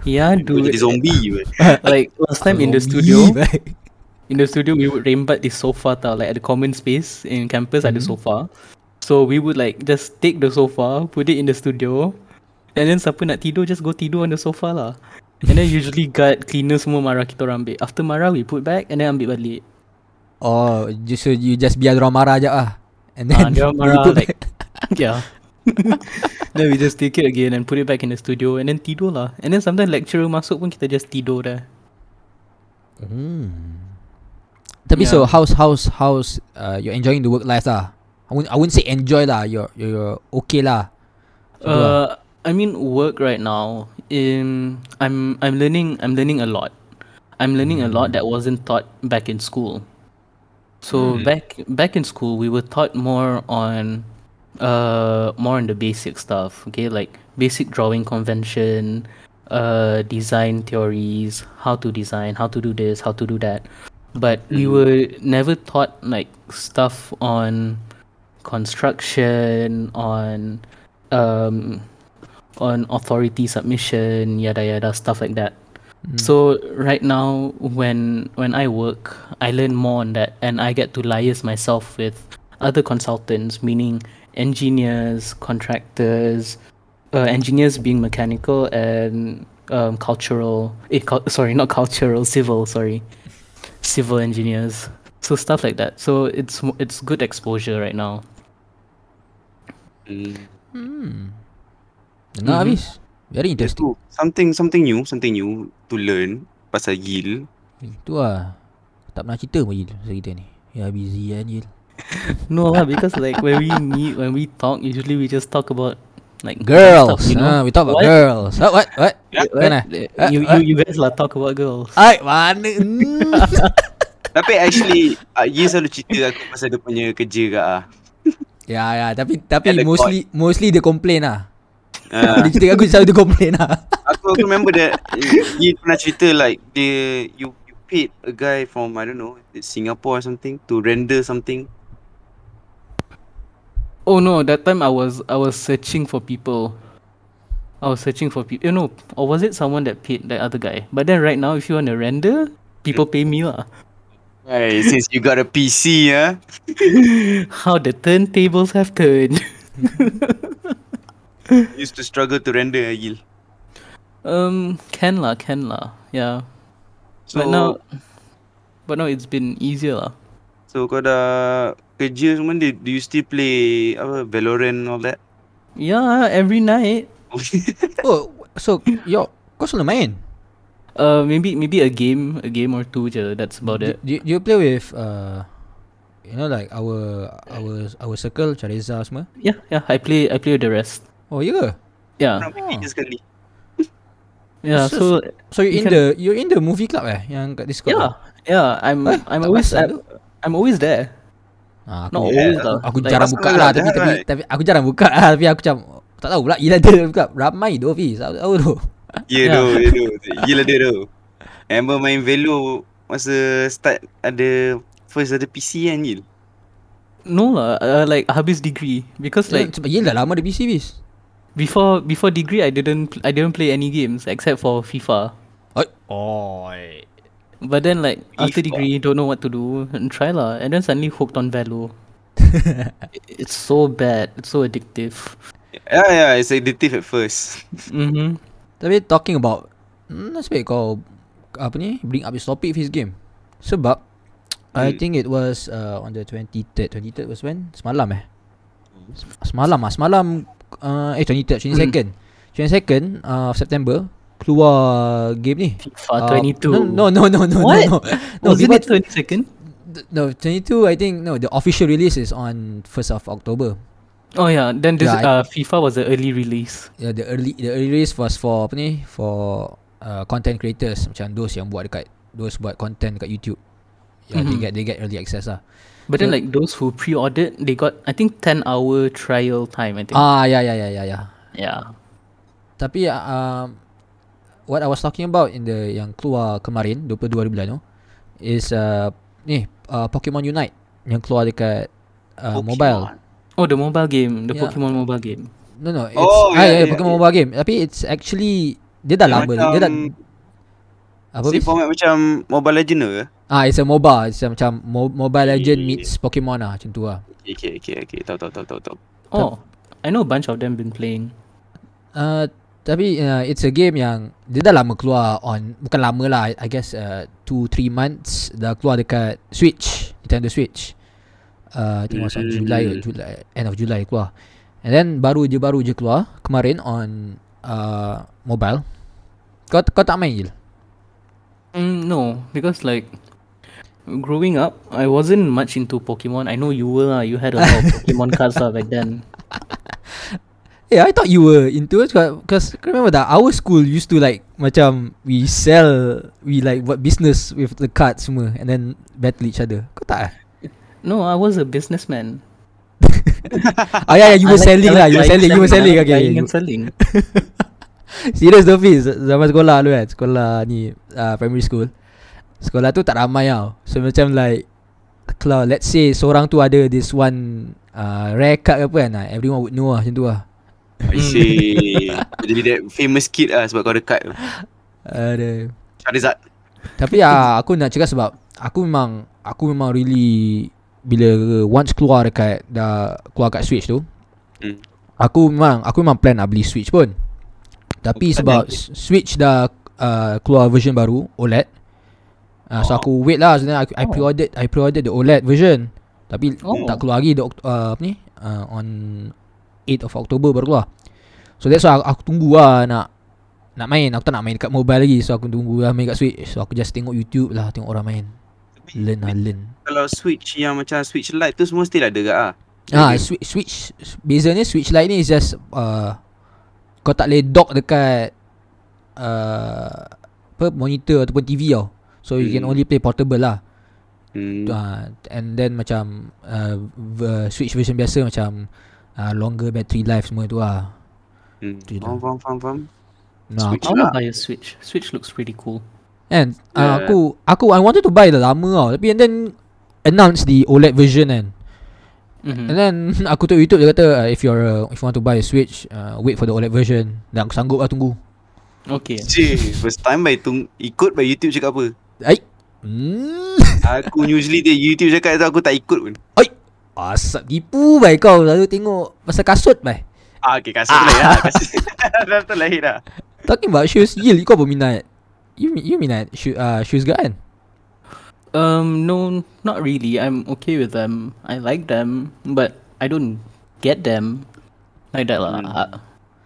C: Yeah,
B: Kau
C: dude.
B: jadi zombie you.
C: like last time in the
A: Zombie,
C: studio,
A: baik.
C: in the studio we would rembat the sofa tau, like at the common space in campus at the sofa. So we would like just take the sofa, put it in the studio, and then siapa nak tidur just go tidur on the sofa lah. And then usually guard cleaner semua marah kita orang ambil. After marah we put back and then ambil balik.
A: Oh, just so you just biar dorang marah je ah. And then
C: Ah, dia orang
A: you
C: marah
A: put
C: like
A: back.
C: yeah. then we just take it again and put it back in the studio and then tidur lah. And then sometimes lecturer masuk pun kita just tidur dah.
A: Hmm. Tapi so
C: Yeah.
A: how's how's how's uh, you're enjoying the work life lah. I wouldn't I wouldn't say enjoy lah. You're you're, you're okay lah. Macam tu lah.
C: Uh, I mean work right now. In I'm I'm learning I'm learning a lot. I'm learning a lot that wasn't taught back in school. So back back in school we were taught more on uh more on the basic stuff, okay? Like basic drawing convention, uh design theories, how to design, how to do this, how to do that. But we were never taught like stuff on construction, on um, on authority submission, yada yada stuff like that. So right now, when when I work, I learn more on that, and I get to liaise myself with other consultants, meaning engineers, contractors, uh, engineers being mechanical and um, cultural. Eh, cul- sorry, not cultural, civil. Sorry, civil engineers. So stuff like that. So it's it's good exposure right now.
B: Hmm.
A: Dengar habis. Very
B: Year
A: interesting.
B: two, Oh, Something something new, something new to learn pasal yield.
A: Itu lah. Tak pernah cerita pun Yil pasal kita ni. Ya busy kan Yil.
C: No lah, because like when we meet, when we talk, usually we just talk about like
A: Girls,
C: stuff, you
A: Ah,
C: know.
A: we talk about
C: What?
A: girls. What? What? What? Kan? ah?
C: Uh, You, you you guys lah talk about girls.
A: Ai, mana? Hmm.
B: Tapi actually uh, Ye selalu cerita aku pasal dia punya kerja kat ah.
A: ya, ya, tapi tapi
B: At the
A: mostly mostly dia complain lah.
B: Ah.
A: Dia cerita kat aku selalu dia complain lah
B: aku aku remember that eh, dia pernah cerita like dia you you paid a guy from I don't know Singapore or something to render something.
C: Oh no, that time I was I was searching for people. I was searching for people. You know, or was it someone that paid that other guy? But then right now, if you want to render, people pay me lah.
B: Hey, since you got a PC, huh?
C: How the turntables have turned.
B: Used to struggle to render Agil.
C: um, can lah, can lah. Yeah.
B: So
C: but now, but now it's been easier lah.
B: so kau dah kerja semua ni, do you still play apa Valorant all that?
C: Yeah, every night.
A: Oh So Yo Kau selalu main
C: Uh, maybe maybe a game, a game or two. Je, that's about
A: do,
C: it.
A: do, do you play with uh, You know like Our Our our circle Chareza semua
C: Yeah, yeah. I play I play with the rest.
A: Oh ya ke
C: Yeah,
B: Pernah pergi je sekali.
C: yeah. Ya, So
A: So you're in
C: You can- Ya.
A: the You're in the movie club eh Yang kat Discord
C: yeah, yeah. I'm
A: Eh,
C: I'm
A: tak
C: always
A: perasan
C: I'm, I'm always there.
A: ah,
C: Not
A: aku,
C: always
B: Yeah.
C: lah.
A: aku
C: Like,
A: jarang
B: pasal
A: buka
B: lah,
A: lah tapi, tapi,
B: right?
A: tapi Aku jarang buka lah Tapi aku macam Tak tahu pula Gila dia buka Ramai tu Fiz Aku tahu tu
B: Ya yeah,
C: Yeah.
B: doh, ya doh. Gila dia doh. Amber main Velo masa start ada first ada PC kan Gil.
C: No lah, uh, like habis degree because
A: Like
C: like
A: Sebab yelah lama dia PC Fiz
C: before before degree I didn't pl- I didn't play any games except for FIFA.
A: Oi. Oi.
C: But then like after
B: FIFA.
C: degree don't know what to do and try lah and then suddenly hooked on Valo. I- it's so bad. It's so addictive.
B: Yeah, yeah, Ya, it's addictive at first.
C: Mm-hmm.
A: Tapi talking about hmm, Nasib baik kau Apa ni Bring up this topic Fiz game Sebab I think it was uh, On the 23rd 23rd was when Semalam eh Sem- Semalam lah Semalam uh, Eh 23rd 22nd
C: Hmm.
A: 22nd uh, of September Keluar game ni
C: FIFA
A: Uh,
C: 22.
A: No no no no no
C: What?
A: no. No,
C: Wasn't
A: FIFA
C: it 20 second?
A: no 22 I think no the official release is on 1st of October.
C: Oh yeah. Then this
A: Yeah, I-
C: uh, FIFA was the early release.
A: Yeah, the early the early release was for apa ni for uh, content creators macam those yang buat dekat those buat content dekat YouTube. Yeah, they
C: Mhm.
A: get they get early access lah.
C: But then
A: Yeah.
C: like those who pre-ordered, they got I think 10 hour trial time. I think.
A: Ah yeah yeah yeah yeah yeah.
C: yeah.
A: Tapi uh, um, what I was talking about in the yang keluar kemarin 22 hari bulan tu is uh, ni uh, Pokemon Unite yang keluar dekat
B: Ah,
A: uh, mobile.
C: Oh, the mobile game, the
A: Yeah.
C: Pokemon mobile game.
A: No no it's ah, yeah,
B: Oh, yeah,
A: yeah,
B: yeah,
A: Pokemon
B: yeah.
A: mobile game tapi it's actually dia dah
B: lah, Dia
A: lama dia dah
B: macam-
A: apa
B: Apa si
A: Fiz?
B: format macam Mobile Legends ke?
A: Ah it's a MOBA it's macam Mo- Mobile Legend meets Pokemon lah macam tu lah.
B: Okay, okay, okay, okay. Tahu, tahu, tahu, tahu, tahu.
C: Oh, I know a bunch of them been playing.
A: Uh, tapi uh, it's a game yang dia dah lama keluar on bukan lama lah I guess uh, 2 3 months dah keluar dekat Switch Nintendo Switch. Uh, I think was on
B: Mm.
A: July, July end of July keluar. And then baru je baru je keluar kemarin on uh, mobile. Kau kau tak main Gil?
C: Mm, no, because like growing up, I wasn't much into Pokemon. I know you were. lah, You had a lot of Pokemon cards lah back then.
A: Yeah, Eh, I thought you were into it because remember that our school used to like macam we sell we like what business with the cards semua and then battle each other. Kau tak? Eh?
C: No, I was a businessman.
A: Ah yeah, yeah you
C: I
A: were
C: like-
A: selling
C: I
A: lah,
C: like
A: you were
C: buying
A: selling, you were
C: I
A: selling.
C: like
A: Okay,
C: buying
A: okay.
C: and selling.
A: serious though Fiz Zaman sekolah lu kan Sekolah ni uh, Primary school Sekolah tu tak ramai tau So macam like Kalau let's say Seorang tu ada this one uh, Rare card ke apa kan ah, Everyone would know lah Macam tu lah
B: I see. Jadi that famous kid lah sebab kau dekat tu.
A: Ada
B: Charizard.
A: Tapi ah aku nak cakap sebab aku memang aku memang really bila once keluar dekat dah keluar kat Switch tu.
B: Hmm.
A: Aku memang aku memang plan nak beli Switch pun. Tapi
B: Bukan
A: sebab
B: yang-
A: S- Switch dah uh, keluar version baru OLED. Uh, so
B: Oh.
A: aku wait lah sebenarnya aku, I
C: Oh.
A: pre-ordered I pre-ordered the OLED version. Tapi
C: Oh.
A: tak keluar lagi the, Oct- uh, apa ni uh, on 8 of October baru keluar. So that's why aku, aku tunggu lah nak nak main Aku tak nak main dekat mobile lagi So aku tunggu lah main kat Switch So aku just tengok YouTube lah Tengok orang main
B: Tapi
A: Learn lah learn
B: kalau Switch yang macam Switch Lite tu semua still ada ke ah?
A: Ah, Switch, Switch Bezanya Switch Lite ni is just uh, Kau tak boleh dock dekat uh, apa Monitor ataupun TV tau So you can
B: Hmm.
A: only play portable lah
B: Hmm.
A: uh, And then macam uh, v- Switch version biasa macam uh, Longer battery life semua tu lah
B: Hmm.
A: Gila.
B: Faham, faham, faham, faham.
A: Nah,
B: Switch
C: I want
B: lah.
C: to buy a Switch. Switch looks pretty cool.
A: And uh,
B: Yeah.
A: aku aku I wanted to buy dah lama tau Tapi and then Announce the OLED version kan And
B: Hmm.
C: Mm-hmm.
A: then aku tengok YouTube dia kata uh, If you're uh, if you want to buy a Switch uh, Wait for the OLED version Dan aku sanggup lah tunggu
C: Okay.
B: Cik, first time by tung ikut by YouTube cakap apa?
A: Ay Hmm
B: Aku usually dia YouTube cakap tu aku tak ikut pun.
A: Ay Asap tipu bai kau Lalu tengok Pasal kasut bai
B: Ah, okay, kasut ah. lain lah. Kasut dah tu lain lah.
A: Talking about shoes Yil kau berminat You you minat shoe, uh, shoes ke kan
C: Um, no, not really. I'm okay with them. I like them, but I don't get them like that lah. I,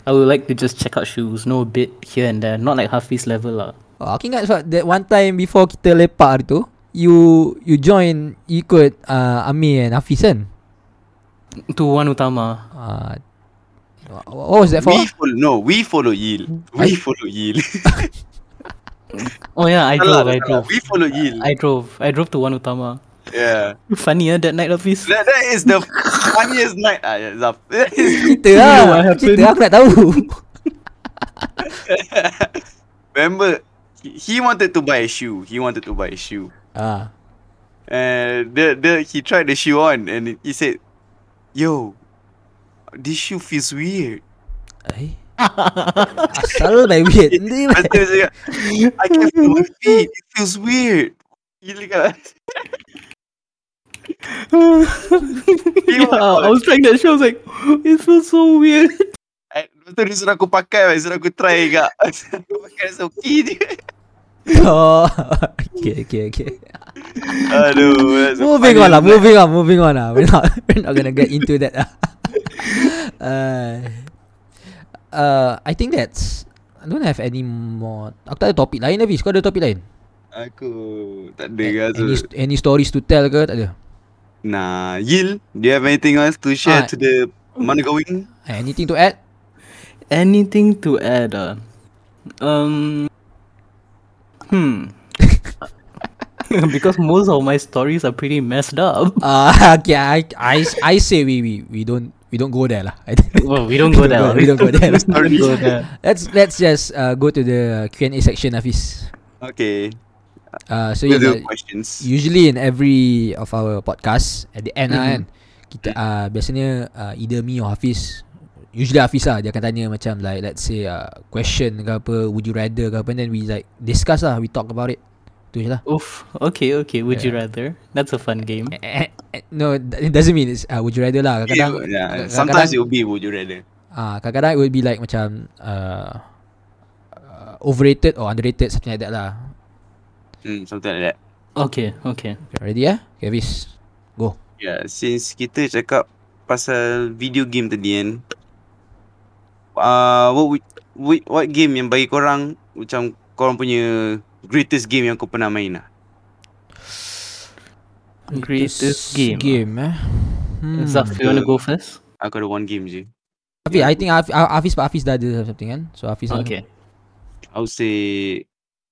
C: I would like to just check out shoes, know a bit here and there, not like Hafiz level lah.
A: oh, Aku ingat sebab That one time before kita lepak hari tu You you join you Ikut uh, Amir and Hafiz kan
C: To one utama.
A: uh, wha- What was that for
B: We follow, no, we follow Yil. We follow Yil.
C: Oh yeah, I
B: Salah,
C: drove. I
B: salah.
C: drove.
B: We follow Yil.
C: I drove. I drove to one utama.
B: Yeah.
C: Funny yeah, that night Hafiz.
B: That, that is the funniest night. Ah, yeah, Zaf. That is,
A: Cerita
C: You know
A: lah
C: what
A: Cerita
C: happened?
A: aku nak tahu
B: remember, he- he wanted to buy a shoe. He wanted to buy a shoe.
A: Ah,
B: And the, the, he tried the shoe on and he- he said, Yo, this shoe feels weird.
A: Eh Asal by weird Ni
B: Lepas tu dia cakap, I can feel my feet. It feels weird. Gila kan?
C: yeah, I was trying that shoe. I was like, it feels so weird.
B: Eh, Lepas tu dia suruh aku pakai Dia suruh aku try juga Aku pakai rasa okey je
A: Oh Okay okay okay
B: Aduh that's the
A: Moving on
B: funniest
A: lah
B: night.
A: Moving on Moving on lah We're not We're not gonna get into that lah uh, uh, I think that's I don't have any more Aku tak ada topik lain Hafiz Kau ada topik lain?
B: Aku Tak ada
A: Any,
B: rasa
A: any stories to tell ke? Tak ada
B: Nah Yil Do you have anything else to
A: Ah.
B: share To the Mana going
A: Eh, Anything to add?
C: Anything to add? Uh, um. Hmm. because most of my stories are pretty messed up.
A: Uh, okay, I, I, I say we, we, we don't we don't go there lah. I think-
C: Well, we don't go there.
A: We don't go there.
C: We don't go there.
A: let's let's just uh, go to the Q&A section, Hafiz.
B: Okay
A: Uh, so
B: We'll
A: yeah,
B: do questions
A: usually in every of our podcast at the end lah
B: Mm-hmm.
A: kan kita uh, biasanya uh, either me or Hafiz usually Hafiz lah dia akan tanya macam like let's say uh, question ke apa would you rather ke apa and then we like discuss lah we talk about it tu je lah
C: Oof. Okay, okay. Would you rather? That's a fun game.
A: Eh, eh, eh, no it doesn't mean it's uh, would you rather lah kadang
B: yeah, Sometimes it will be Would you rather
A: Ah, kadang-kadang it would be like macam uh, uh, overrated or underrated something like that lah.
B: Hmm, Something like that
C: Okay, okay.
A: Okay, ready ya? Okay, Hafiz. Go.
B: Yeah, since kita cakap pasal video game tadi kan. Uh, what, would- what, what game yang bagi korang macam korang punya greatest game yang kau pernah main lah?
C: Greatest game.
A: Game eh. Hmm.
C: Zaf, you wanna go first?
B: Aku ada one game je.
A: Hafiz,
B: Ya.
A: I think Hafiz, Ah, Hafiz, but Hafiz dah ada something kan? So Hafiz lah.
C: Okay.
B: I would say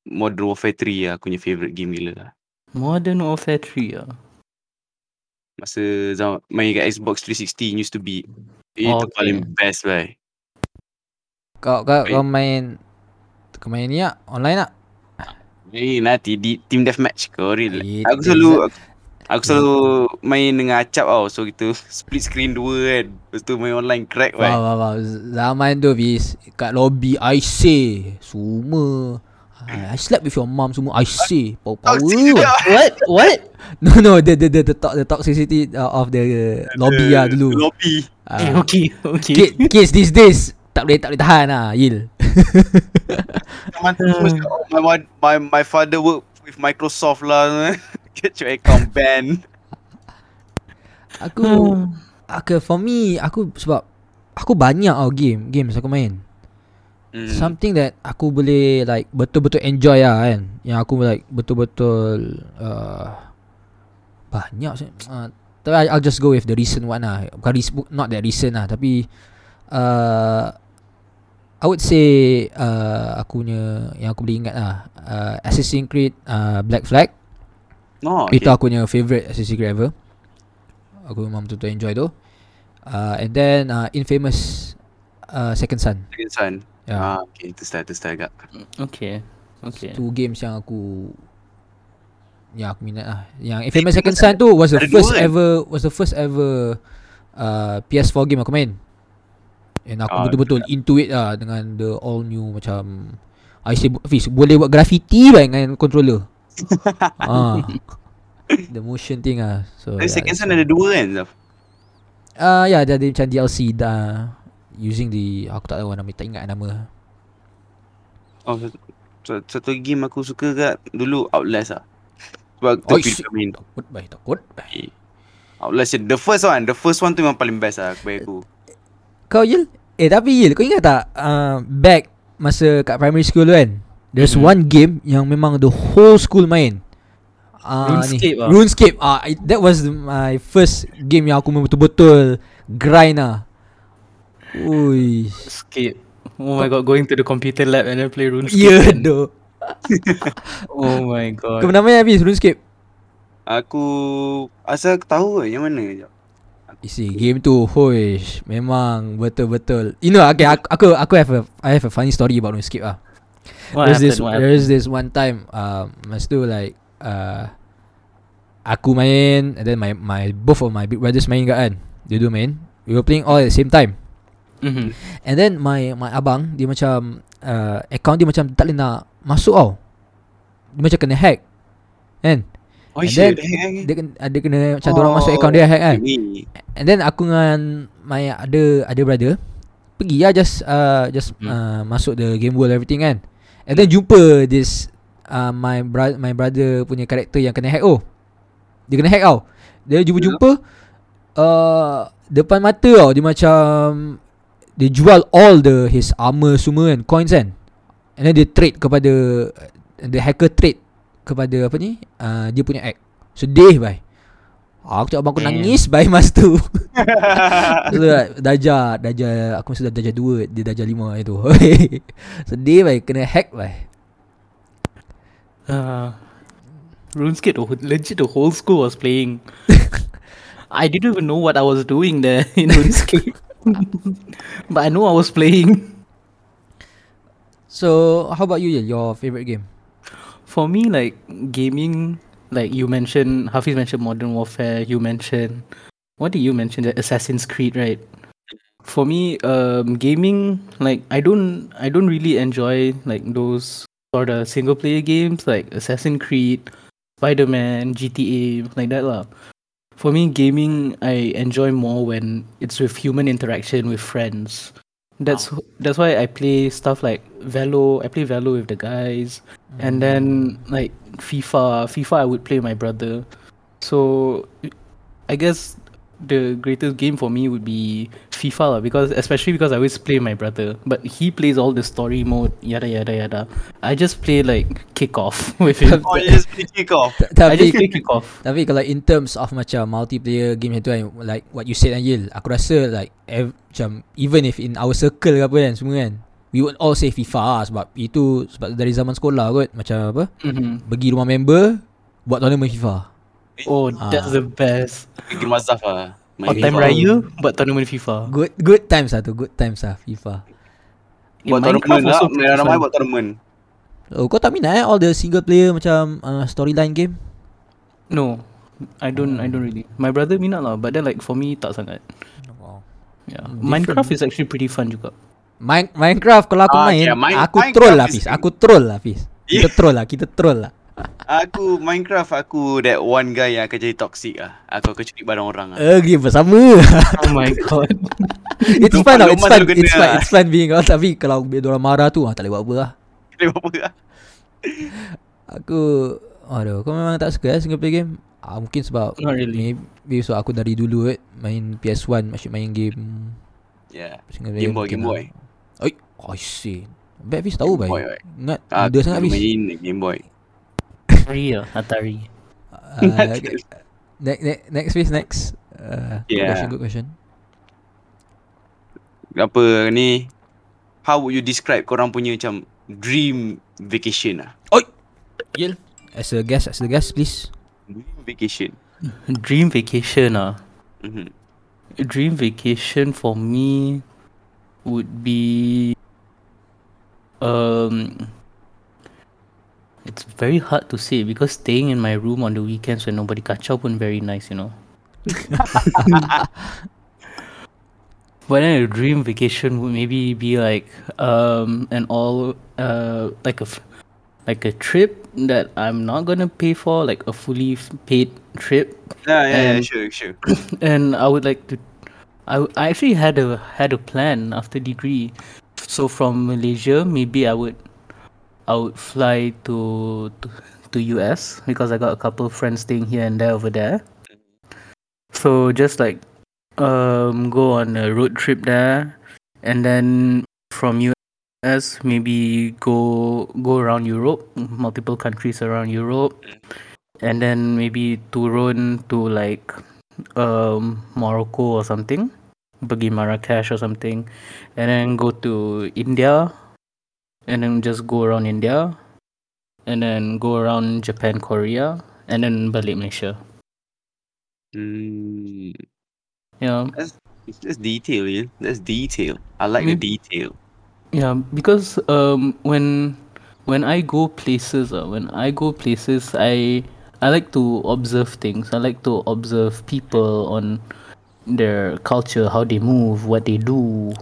B: Modern Warfare 3 lah aku punya favourite game gila lah.
C: Modern Warfare 3. ah.
B: Masa zaman main kat Xbox 360 used to be itu
C: Oh,
B: okay.
C: okay.
B: paling best lah.
A: Kau, kau,
B: Baik.
A: kau main kau main ni tak? Online tak?
B: Ni Eh, nanti di team deathmatch kau real.
A: Eh,
B: Aku
A: team
B: selalu aku, aku selalu main dengan acap tau. So kita split screen dua kan. Lepas tu main online crack
A: Wah, wah,
B: wow.
A: wah. Zaman tu Hafiz, kat lobby I say semua I slept with your mum semua I say power power.
C: What? What?
A: No no the the the the, to- the toxicity uh, of the lobby lah dulu.
B: Lobby.
C: Okay,
A: Uh,
C: okay, okay.
A: kids, kids these days tak boleh tak boleh tahan lah Yil.
B: Teman
A: Hmm.
B: tu semua cakap, oh, my, mod- my, my father work with Microsoft lah. Get your account banned.
A: Aku aku for me aku sebab aku banyak tau game games aku main.
B: Hmm.
A: Something that aku boleh like betul-betul enjoy lah kan. Yang aku like betul-betul uh, banyak sih. Uh, tapi I- I'll just go with the recent one lah. Bukan rec- not that recent lah tapi uh, I would say uh, aku punya yang aku boleh ingat lah uh, Assassin's Creed uh, Black Flag
B: No,
A: okay.
B: okay.
A: Itu aku punya favourite Assassin's Creed ever Aku memang betul-betul enjoy tu uh, And then uh, Infamous uh, Second Sun.
B: Second Sun.
A: Ya. Oh,
B: Ah, okay, Interstar, Interstar agak.
C: Okay. Okay.
A: Two games yang aku yang aku minat lah. Yang Infamous Second Son tu was the
B: Ada
A: first
B: dua kan?
A: ever was the first ever uh, PS4 game aku main. And aku
B: Ah,
A: betul-betul into it lah dengan the all new macam I say Fiz boleh buat graffiti lah dengan controller. ah. The motion thing ah. So yeah,
B: Tapi Second
A: that's
B: Sun
A: why.
B: ada dua kan, Zaf?
A: Ah uh, ya yeah, ada macam DLC dah using the aku tak tahu nama tak ingat nama.
B: Oh, satu, satu- satu game aku suka kat dulu Outlast lah. Sebab
A: Oi,
B: tu pilih
A: shit.
B: main.
A: Takut Oh, baik takut. baik.
B: Outlast je. The first one, the first one tu memang paling best lah bagi aku.
A: Kau Yil Eh tapi Yil Kau ingat tak uh, Back Masa kat primary school tu kan There's
C: Hmm.
A: mm-hmm. one game Yang memang the whole school main Ah,
C: RuneScape
A: ni.
C: ah.
A: RuneScape ah it, That was my first game Yang aku betul-betul Grind ah Ui
C: Escape. Oh my god, going to the computer lab and then play RuneScape. kan?
A: Ya yeah, doh
C: Oh my
A: Kau
C: god.
A: pernah main habis RuneScape
B: Aku asal aku tahu ke yang mana je.
A: Isi game tu Hoish Memang betul-betul You know okay, aku, aku aku have a I have a funny story about RuneScape ah
C: What
A: there's
C: happened?
A: this
C: What
A: there's
C: happened?
A: this one time uh, masa tu like uh, aku main and then my my both of my big brothers main kat kan dia dua main we were playing all at the same time
C: Mm-hmm.
A: and then my my abang dia macam uh, account dia macam tak boleh nak masuk tau dia macam kena hack kan
B: Oh
A: And
B: shit.
A: then- dia kena, dia kena macam oh. orang masuk
B: Oh,
A: account dia hack kan
B: Ni.
A: And then aku dengan my ada ada brother pergi lah just uh, just hmm.
C: Hmm.
A: uh, masuk the game world everything kan. And then jumpa this uh, my bro- my brother punya karakter yang kena hack oh. Dia kena hack tau. Dia jumpa-jumpa uh, depan mata tau dia macam dia jual all the his armor semua kan coins kan. And then dia trade kepada the hacker trade kepada apa ni? Uh, dia punya act. Sedih bhai. Ah, aku tengok abang aku
C: Damn.
A: nangis bhai masa tu. so, like, darjah, darjah aku masa dah darjah 2, dia darjah 5 itu. Sedih bhai kena hack bhai.
C: Uh, RuneScape, the whole- legit the whole school was playing. I didn't even know what I was doing there in RuneScape. but I know I was playing.
A: So, how about you Yil, your favorite game?
C: For me, like gaming, like you mentioned, Hafiz mentioned Modern Warfare. You mentioned, what did you mention? The Assassin's Creed, right? For me, um, gaming, like I don't, I don't really enjoy like those sort of single player games like Assassin's Creed, Spider Man, GTA, like that lah. For me, gaming I enjoy more when it's with human interaction with friends. That's that's why I play stuff like Velo. I play Velo with the guys. And then like FIFA, FIFA I would play with my brother. So I guess the greatest game for me would be FIFA lah, because especially because I always play with my brother, but he plays all the story mode, yada yada yada. I just play like kick off with him.
B: Oh, you just play kick off.
A: Ta-
C: I just
A: tapi
C: play kick off.
A: tapi kalau in terms of macam multiplayer game macam tu kan like what you said Anjil, aku rasa like ev- macam even if in our circle ke apa kan semua kan we would all say FIFA lah, sebab itu sebab dari zaman sekolah kot macam apa
C: Mhm.
A: pergi rumah member buat tournament FIFA.
C: Oh,
A: Ah.
C: that's the best.
B: Pergi rumah Zaf lah. Main
A: Oh,
C: Or time
B: FIFA.
C: raya, but tournament FIFA.
A: Good good times lah tu, good times lah FIFA.
C: Eh,
B: Buat tournament
C: Minecraft
B: lah.
C: also
B: Main
C: pretty
B: ramai
C: fun.
B: buat tournament.
A: Oh, kau tak minat eh all the single player macam uh, storyline game?
C: No, I don't. I don't really. My brother minat lah, but then like for me tak sangat.
A: Wow.
C: Yeah,
A: Different.
C: Minecraft is actually pretty fun juga.
A: Main Minecraft kalau aku
B: Ah,
A: main,
B: yeah, main-
A: aku
B: Minecraft
A: troll lah
B: is
A: Fiz.
B: good.
A: Aku troll lah Fiz. Kita
B: Yeah.
A: troll lah, kita troll lah.
B: Aku Minecraft aku that one guy yang akan jadi toxic ah. Aku akan curi barang orang ah.
A: Agree bersama.
C: Oh my god.
A: it's
B: Lompat-
A: fun tau, it's
B: lompat
A: fun.
B: dulu kena
A: It's fun,
B: lah.
A: it's fun being out tapi kalau dia orang marah tu ah tak boleh buat apa lah.
B: Boleh buat apa ah.
A: Aku aduh, kau memang tak suka eh single player game? Ah, mungkin sebab
C: Not really.
A: maybe sebab aku dari dulu kot main PS1 masih main game
B: Yeah.
A: single player.
B: Ya. Game Boy,
A: mungkin
B: Game
A: lah.
B: Boy.
A: Oi, oh, I see. Bad Fiz tahu baik.
B: Game Boy, baik.
A: Ingat
B: Ah,
A: muda sangat
B: aku
A: Fiz.
B: Main Game Boy.
C: Atari ah, Atari.
A: Uh, next, next, next Fiz, next. Uh, good
B: Yeah.
A: question, good question.
B: Apa ni? How would you describe korang punya macam dream vacation ah?
A: Gil As a guest As a guest please
B: Dream vacation.
C: Dream vacation ah.
B: Mhm.
C: Dream vacation for me would be um it's very hard to say because staying in my room on the weekends when nobody kacau pun very nice, you know. but then a dream vacation would maybe be like um an all uh like a f- like a trip that I'm not gonna pay for, like a fully f- paid trip
B: Yeah, yeah, yeah, Ah,
C: And-
B: ya, sure, sure.
C: and I would like to. I, w- I actually had a had a plan after degree, so from Malaysia maybe I would, I would fly to to, to US because I got a couple of friends staying here and there over there. So just like, um, go on a road trip there, and then from US maybe go go around Europe, multiple countries around Europe, and then maybe turun to like um, Morocco or something, pergi Marrakesh or something, and then go to India, and then just go around India, and then go around Japan, Korea, and then balik Malaysia.
B: Mm,
C: Yeah,
B: that's detail, yeah. That's detail. I like the detail.
C: yeah, because um, when when I go places, uh, when I go places, I I like to observe things. I like to observe people on their culture, how they move, what they do,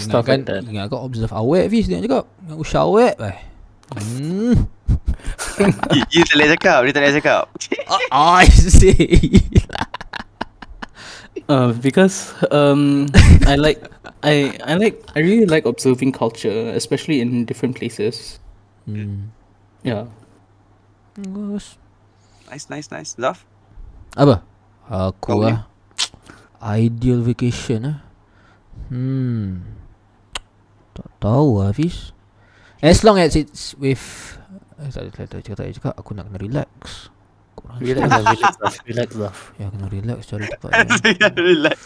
C: stuff
A: Ingatkan
C: like that.
A: Ingat kau observe awet Fiz Dia nak cakap Usha awet eh. Hmm
B: you, you tak boleh cakap, dia tak boleh cakap.
A: Ah, I see
C: Uh, because um, I like I I like I really like observing culture, especially in different places.
A: Hmm
C: Yeah.
A: Bagus.
B: nice, nice, nice. Love.
A: Apa? Aku
B: Kau ni.
A: lah Ideal vacation lah Hmm Tak tahu lah Hafiz As long as it's with Eh tak tak tak cakap tak cakap Aku nak kena relax Korang
C: Relax lah, relax lah, relax lah.
A: Ya kena relax cari tempat yang,
B: Relax.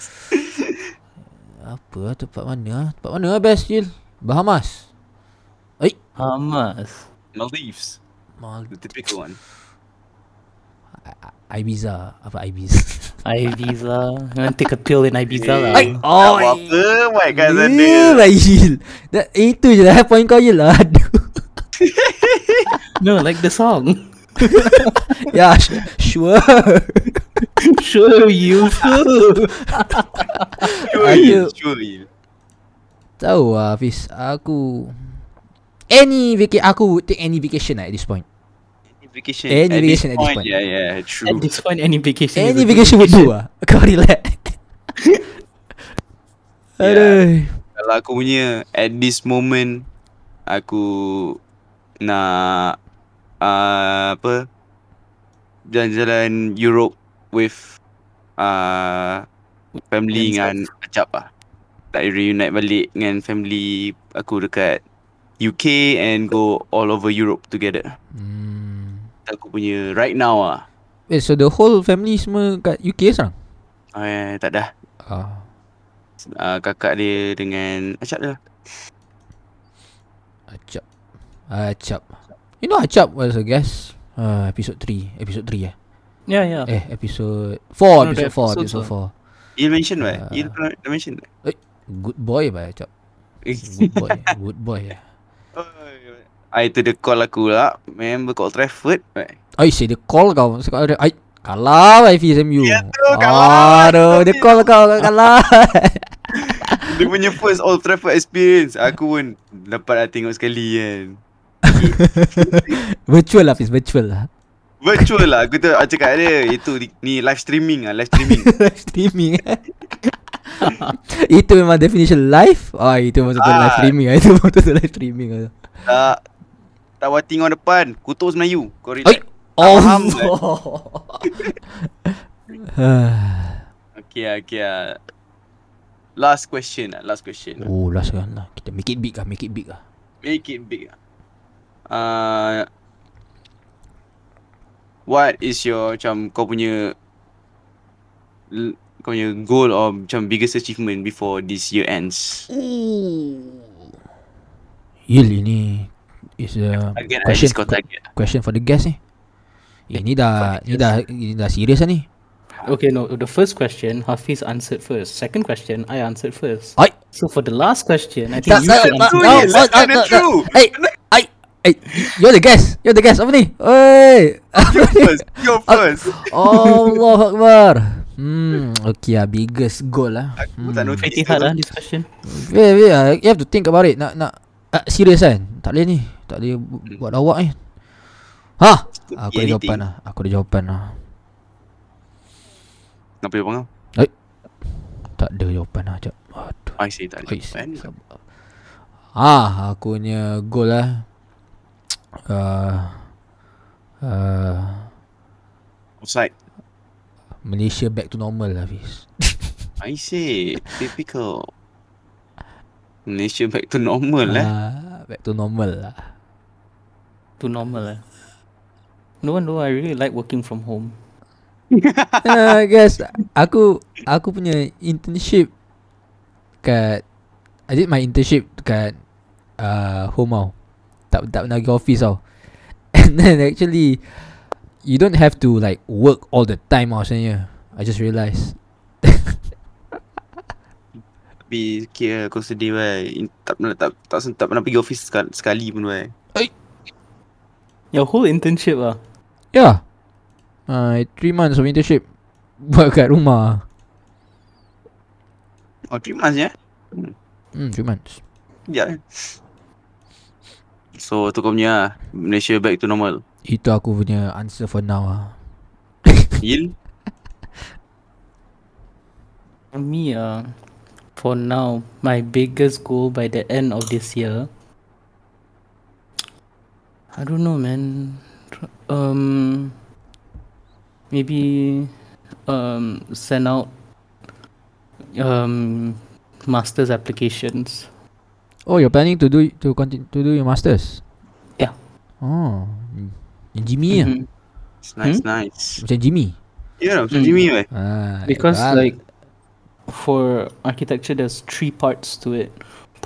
A: Apa lah tempat mana lah Tempat mana lah best Jil Bahamas
C: Hamas.
B: Maldives.
A: Mal
B: The typical one.
A: Ibiza Apa Ibiza
C: Ibiza. You want to take a pill in Ibiza lah.
A: Ay,
B: Oh,
A: oh,
B: apa buat kat sana?
A: Ya lah Jil Dah- Itu je lah point kau Jil Aduh
C: No, like the song.
A: Ya su- sure
C: sure, you fool.
B: Sure,
A: Ada-
B: you, sure. you.
A: Tahu lah Hafiz Aku Any vacation Aku would take any vacation lah at this point
B: Any Vacation.
A: Any
B: at
A: vacation at this point.
B: Yeah, yeah, true.
C: At this point, any vacation. is a
A: Any
C: good
A: vacation would do lah Kau relax Aduh
B: Kalau aku punya at this moment aku nak uh, apa jalan-jalan Europe with uh, family dengan Acap lah. Tak reunite balik dengan family aku dekat UK and go all over Europe together.
A: Hmm.
B: Aku punya right now ah.
A: Wait so the whole family semua kat UK sekarang?
B: Eh, tak dah.
A: Ah.
B: Uh, kakak dia dengan Acap dia. lah.
A: Acap. Acap. You know Acap was a guest uh, episode 3, episode 3 eh.
C: Yeah, yeah.
A: Eh episode 4,
C: No, the
A: episode 4,
C: episode
A: episode
C: tu.
A: 4.
B: Il mention right?
A: Ah.
B: Il pernah dah mention.
A: Good boy by Acap.
B: Eh.
A: Good boy. Good boy. eh.
B: Ah itu dia call aku lah Member kat Old Trafford right.
A: Ai say dia call kau Sekarang dia Ai Kalah lah FSMU
B: Ya tu, kalah.
A: Aduh Dia call kau kau Kalah
B: Dia punya first Old Trafford experience Aku pun dapat lah tengok sekali kan
A: Virtual lah Fiz Virtual lah
B: Virtual lah Aku tu aku cakap dia Itu di- ni live streaming lah Live streaming
A: Streaming eh. Itu memang definition live Ah itu memang betul
B: Ah.
A: live streaming ah. Itu memang betul live streaming ah.
B: Tak Tak buat tengok depan Kutuk Melayu Kau
A: Oi
B: relax
A: Oh
B: faham
A: Ah.
B: Okay lah okay lah Last question lah Last question
A: Oh last kan lah Kita make it big lah Make it big lah
B: Make it big lah uh, What is your Macam kau punya l- Kau punya goal Or macam biggest achievement Before this year ends
A: Yil ini Is a
B: Again I
A: question,
B: just kau target
A: question for the guest ni Ini dah Ini dah Ini dah serius lah ni
C: Okay, no. The first question, Hafiz answered first. Second question, I answered first.
A: Ai
C: So for the last question, I think
A: Tak,
C: you
A: tak,
C: should
A: tak,
C: answer.
B: true,
A: tak,
B: yes,
A: tak,
B: tak,
A: tak,
B: tak,
A: tak.
B: true.
A: oh, Hey, I, I, you're the guest. You're the guest. Apa ni? Oi. Apa
B: You're
A: ni?
B: first. You're
A: Ah.
B: first.
A: Allah Akbar. Hmm, okay ah, biggest goal lah.
B: Aku tak notice.
C: Pretty hard lah this question.
A: Wait, wait, ah, you have to think about it. Nak, nak, ah, serious kan? Tak boleh ni. Tak boleh bu- buat lawak ni. Ha? Aku ada
B: Anything.
A: jawapan lah. Aku ada jawapan lah.
B: Nak pergi pangau?
A: Eh. Tak ada jawapan lah. Sekejap. Aduh.
B: I say tak ada. Kan?
A: Oi,
B: jawapan.
A: sabar. Ah, aku punya goal lah. Uh, uh,
B: Offside.
A: Malaysia back to normal lah Fiz
B: I say typical. Malaysia back to normal eh.
A: Ah, Back to normal lah
C: To normal lah. No one know I really like working from home.
A: uh, Guys Aku Aku punya internship Kat I did my internship Kat uh, Home tau Tak, tak pernah pergi office tau And then actually You don't have to like Work all the time tau sebenarnya I just realise
B: Tapi kira aku sedih wei. Tak pernah tak tak, tak, tak pernah pergi office sekali, sekali pun wei.
C: Your whole internship ah.
A: Yeah uh, Three months of internship Buat kat rumah
B: Oh, three months ya.
A: Hmm, three months
B: Ya. So tu kau punya lah. Malaysia back to normal.
A: Itu aku punya answer for now lah
B: Yil
C: For me ah, for now, my biggest goal by the end of this year. I don't know, man. Tr- Um, maybe um send out um masters applications.
A: Oh, you're planning to do to continue to do your masters?
C: Yeah.
A: Oh, mm. yang Jimmy lah.
C: Mhm.
B: It's nice,
C: Hmm?
B: nice.
A: Macam Jimmy.
B: Ya, yeah, macam Jimmy weh.
A: Ah,
C: because
A: ah,
C: like for architecture there's three parts to it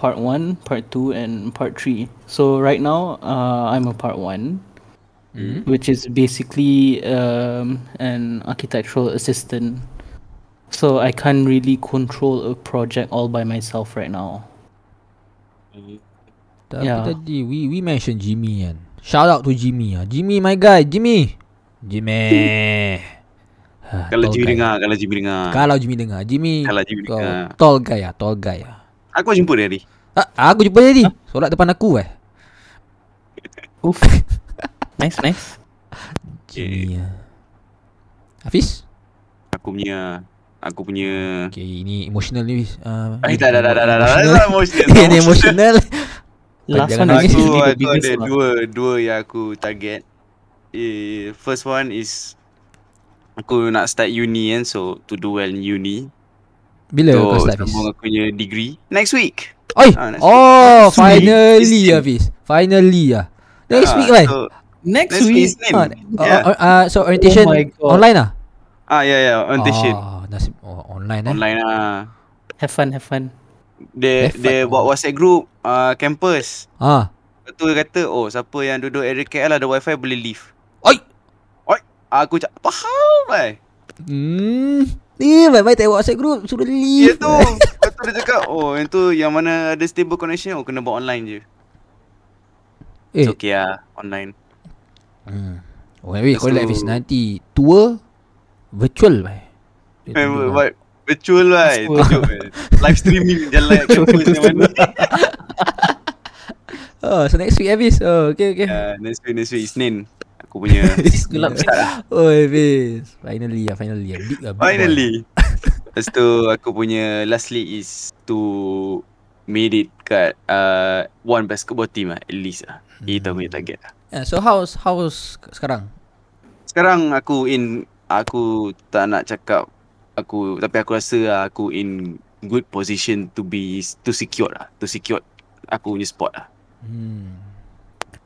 C: part one part two and part three so right now uh, i'm a part one which is basically um, an architectural assistant so i can't really control a project all by myself right now
A: tapi
C: yeah.
A: tadi we we mention Jimmy kan. Shout out to Jimmy ah. Jimmy my guy, Jimmy. Jimmy. Ah,
B: Kalau
A: tall guy.
B: Jimmy dengar, kalau Jimmy dengar.
A: Kalau Jimmy dengar. Jimmy.
B: Kalau Jimmy
A: kau
B: dengar.
A: Tall guy ah, tall guy ah.
B: Aku jumpa dia hari.
A: Ah, aku jumpa dia ni. Solat depan aku eh.
C: Oof. nice nice
A: Jimmy. ah. Hafiz?
B: Aku punya aku punya
A: Okay, ini emotional ni Hafiz. Ah,
B: Eh,
A: ni
B: tak, tak, tak, tak, tak, tak,
A: emotional.
B: tak, emotional, tak,
A: Ini emotional.
B: emotional.
C: last
A: Jangan
C: one
A: nangis.
C: is
B: Aku,
C: usually the
B: aku ada
C: biggest one.
B: dua dua yang aku target. Eh, first one is aku nak start uni kan so to do well in uni.
A: Bila
B: so
A: kau start Hafiz?
B: sambung aku punya degree next week.
A: Oi.
B: Ah, next
A: oh,
B: week. Next
A: finally
B: week.
A: Hafiz. Finally ah. Next
B: Ah,
A: week lah.
B: so
C: next,
B: Next week
C: week
B: Isnin.
A: Ah,
B: yeah.
A: uh, uh, so orientation
C: my God.
A: online ah?
B: Ah ya ya orientation
A: Ah, nasib oh, online eh.
B: online ah.
C: have fun have fun
B: Dia
A: Effort.
B: dia buat WhatsApp group ah campus.
A: Ah.
B: Lepas tu dia kata, oh siapa yang duduk area KL ada wifi boleh leave.
A: Oi.
B: Oi, aku cak faham eh.
A: Hmm. Ni baik-baik tak WhatsApp group suruh
B: Ya
A: leave.
B: tu. Lepas tu dia cakap, oh yang tu yang mana ada stable connection, oh kena buat online je.
A: Eh.
B: It's okay lah, online.
A: Hmm. Oh, anyway,
B: Lepas
A: kau like
B: tu-
A: Hafiz nanti tua virtual bye. Dia
B: Eh,
A: tunjuk,
B: but, virtual lah eh,
C: Virtual.
B: tunjuk eh. Live streaming jalan kat campus yang mana.
A: Oh, so next week Hafiz. Oh, okay okay.
B: Ya, next week, next week, Isnin. Aku punya.
C: gelap
A: Oh, Hafiz. Finally ah, finally ah. Big ah. big boy.
B: Finally. Lepas tu aku punya lastly is to made it kat uh, one basketball team lah, at least lah. Itu aku punya target lah.
A: Yeah, so how's how's sekarang?
B: Sekarang aku in Aku tak nak cakap Aku Tapi aku rasa lah aku in Good position to be To secure lah To secure Aku punya spot lah
A: Hmm.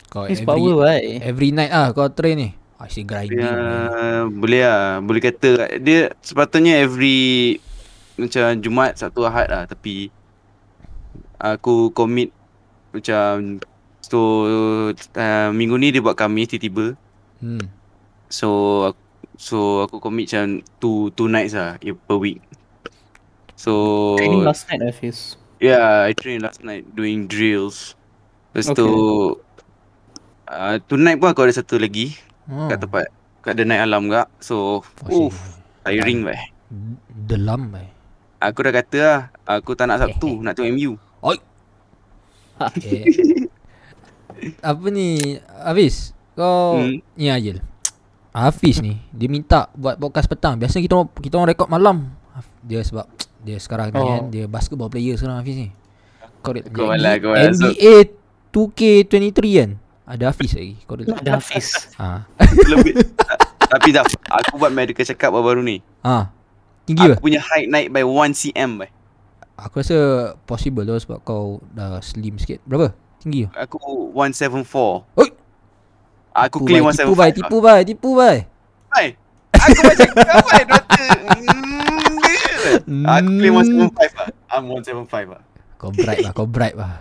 A: Kau
C: it's
A: every
C: power right
A: every night ah kau train ni. Ah, si grinding.
B: Ya,
A: Yeah.
B: Boleh lah Boleh kata Dia sepatutnya every Macam Jumaat Sabtu Ahad lah Tapi Aku commit Macam So uh, Minggu ni dia buat kami Tiba-tiba
A: Hmm.
B: So aku, so aku commit macam two two nights lah eh, per week. So
C: training last night I face
B: ya Yeah, I trained last night doing drills. Lepas tu uh, tonight pun aku ada satu lagi
A: Oh.
B: oh. kat tempat kat The Night Alam gak. So,
A: Oh,
B: uff, tiring weh.
A: Delam eh.
B: Aku dah kata lah, aku tak nak Sabtu, nak tengok MU.
A: Oi. eh. Apa ni Hafiz Kau
B: Hmm.
A: Ni Ayel Hafiz ni Dia minta buat podcast petang Biasanya kita orang- kita orang rekod malam Haf- Dia sebab Dia sekarang ni
C: Oh.
A: kan Dia basketball player sekarang Hafiz ni Kau dia
B: Aku malas, aku malas. lah, So-
A: NBA 2K23 kan Ada Hafiz lagi lah. Kau dia
C: Ada Hafiz.
B: Hmm.
A: Ha
B: Lebih Ta- tapi dah aku buat medical check up baru ni.
A: Ha Tinggi ke?
B: Aku punya height naik by 1 cm weh.
A: Aku rasa possible lah sebab kau dah slim sikit Berapa? Tinggi ke?
B: Aku 174.
A: Oi!
B: Aku
A: Tipu,
B: clear
A: bai,
B: 175.
A: Tipu bai, tipu bai,
B: lah.
A: tipu bai
B: Hai. Aku macam kau eh doktor. Mm, dia. Aku clear 175 lah. I'm 175 lah.
A: Kau bribe lah, kau bribe lah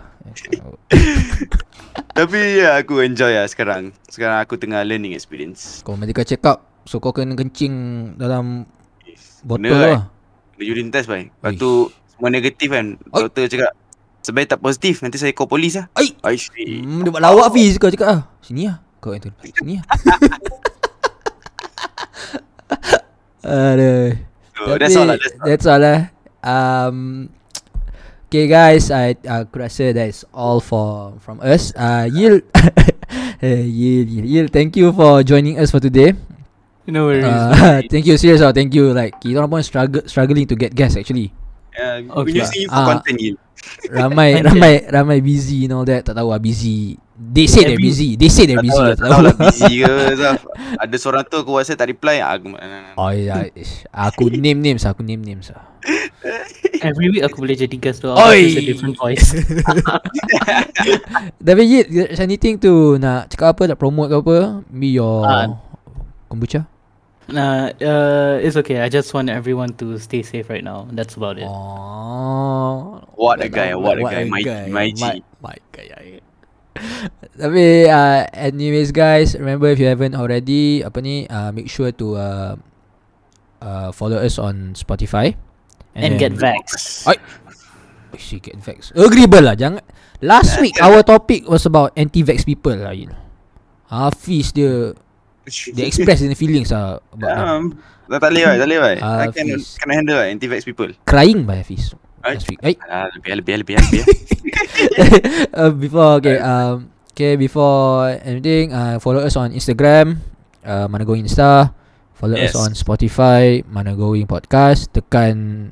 B: Tapi ya aku enjoy lah sekarang. Sekarang aku tengah learning experience.
A: Kau medical check up So kau kena kencing dalam botol
B: Bener,
A: lah
B: The urine test baik. Lepas tu semua negatif kan.
A: Oi.
B: Doktor cakap sebaik tak positif nanti saya call polis lah.
A: Oi.
B: Aish.
A: hmm, Dia buat lawak Fiz kau cakap ah, Sini lah Kau kata Sini lah Aduh
B: So, that's all lah. That's all.
A: That's all lah um, Okay guys I Aku rasa that's all for From us uh, Yil Eh, Yil, Yil, Yil Thank you for joining us for today
C: No worries.
A: uh, Thank you serious lah Thank you Like kita orang pun struggle, struggling to get guests actually
B: Yeah,
C: Okay.
B: okay. using Ya, you for
A: Ah.
B: content ni.
A: Ramai Ramai Ramai busy and all that Tak tahu lah busy They say they're
C: Every-
A: busy They say
B: Tak
A: they're busy
B: tahu lah,
A: Tak
B: tak tahu
A: tahu
B: lah busy ke Zaf. Ada seorang tu aku WhatsApp tak reply Ah, aku.
A: Oh ya ish. Aku name names Aku name names lah
C: Every week aku boleh jadi guest tu.
A: Oi.
C: Oh, It's a different voice.
A: Tapi Yid you- there's Anything to Nak cakap apa Nak promote ke apa Be your
C: Ah.
A: Kombucha
C: Nah, uh, it's okay. I just want everyone to stay safe right now. That's about it.
A: Oh
B: What a guy, what a guy, my G, my G.
A: my, my guy I- Tapi uh, anyways guys Remember if you haven't already Apa ni uh, Make sure to uh, uh, Follow us on Spotify
C: And, get
A: then-
C: vaxxed.
A: Oi. She get vax. Agreeable lah jangan. Last week our topic was about anti-vax people lah. You know. Hafiz dia dia express his feelings lah about them.
B: Um, tak tak boleh, Wai, tak boleh. Wai.
A: Ah,
B: I can
A: Fiz.
B: can handle Wai, anti-vax people.
A: crying by Hafiz
B: Oi.
A: last week. Hey,
B: Ah, lebih lebih lebih lebih.
A: uh, before okay um okay before anything uh, follow us on Instagram uh, mana going insta follow
B: Yes.
A: us on Spotify mana going podcast tekan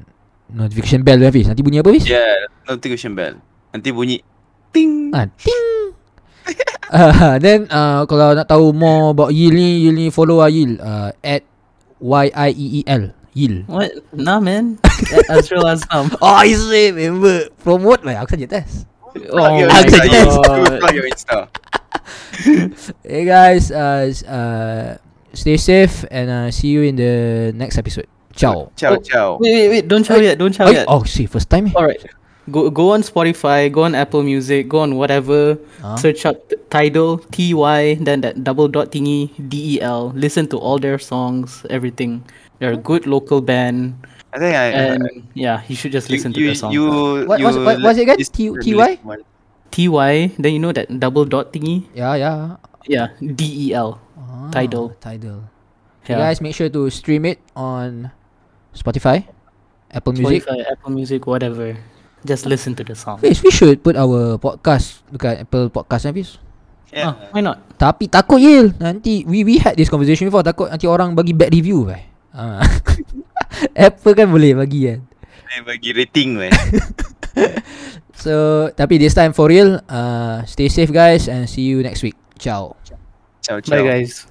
A: notification bell tu, Hafiz nanti bunyi apa Hafiz?
B: Yeah, notification bell. Nanti bunyi ting.
A: Ah, ting. uh, then uh, kalau nak tahu more about Yil ni, Yil ni follow lah Yil uh, at Y-I-E-E-L E Yil.
C: What? Nah, man. Azrael Azam.
A: Oh, I say, member. Promote lah. Aku saja test.
B: Plug
A: Oh
B: your
A: my
B: Insta, you
C: God.
B: Plug your Insta.
A: Hey guys, uh, s- uh, stay safe and uh, see you in the next episode. Ciao.
B: Ciao,
C: Oh,
B: ciao.
C: Wait, wait, wait. Don't shout yet. Don't shout
A: Oi,
C: yet.
A: oh, see, first time eh?
C: All right. Go go on Spotify, go on Apple Music, go on whatever.
A: Huh?
C: Search up t- Tidal, T Y, then that double dot thingy, D E L. Listen to all their songs, everything. They're a good local band,
B: I think I...
C: and yeah, you should just
B: you,
C: listen to
B: you,
C: their songs.
B: you,
A: What-
B: you
A: what's- what- what's it again?
B: listen
A: T-
B: to
A: TY?
B: this one.
C: T Y, then you know that double dot thingy.
A: Yeah, yeah.
C: Yeah, D E L.
A: Ah,
C: Tidal.
A: Tidal. Hey
C: Yeah.
A: guys, make sure to stream it on Spotify, Apple Music.
C: Spotify, Apple Music, whatever. Just listen to the song.
A: Fiz, we should put our podcast dekat Apple Podcast kan Fiz?
B: Yeah.
C: Ah, why not?
A: Tapi takut Yil Nanti we we had this conversation before Takut nanti orang bagi bad review eh. Ah. Apple kan boleh bagi kan
B: Saya bagi rating weh.
A: So Tapi this time for real uh, Stay safe guys And see you next week Ciao
B: Ciao, ciao.
C: Bye, guys.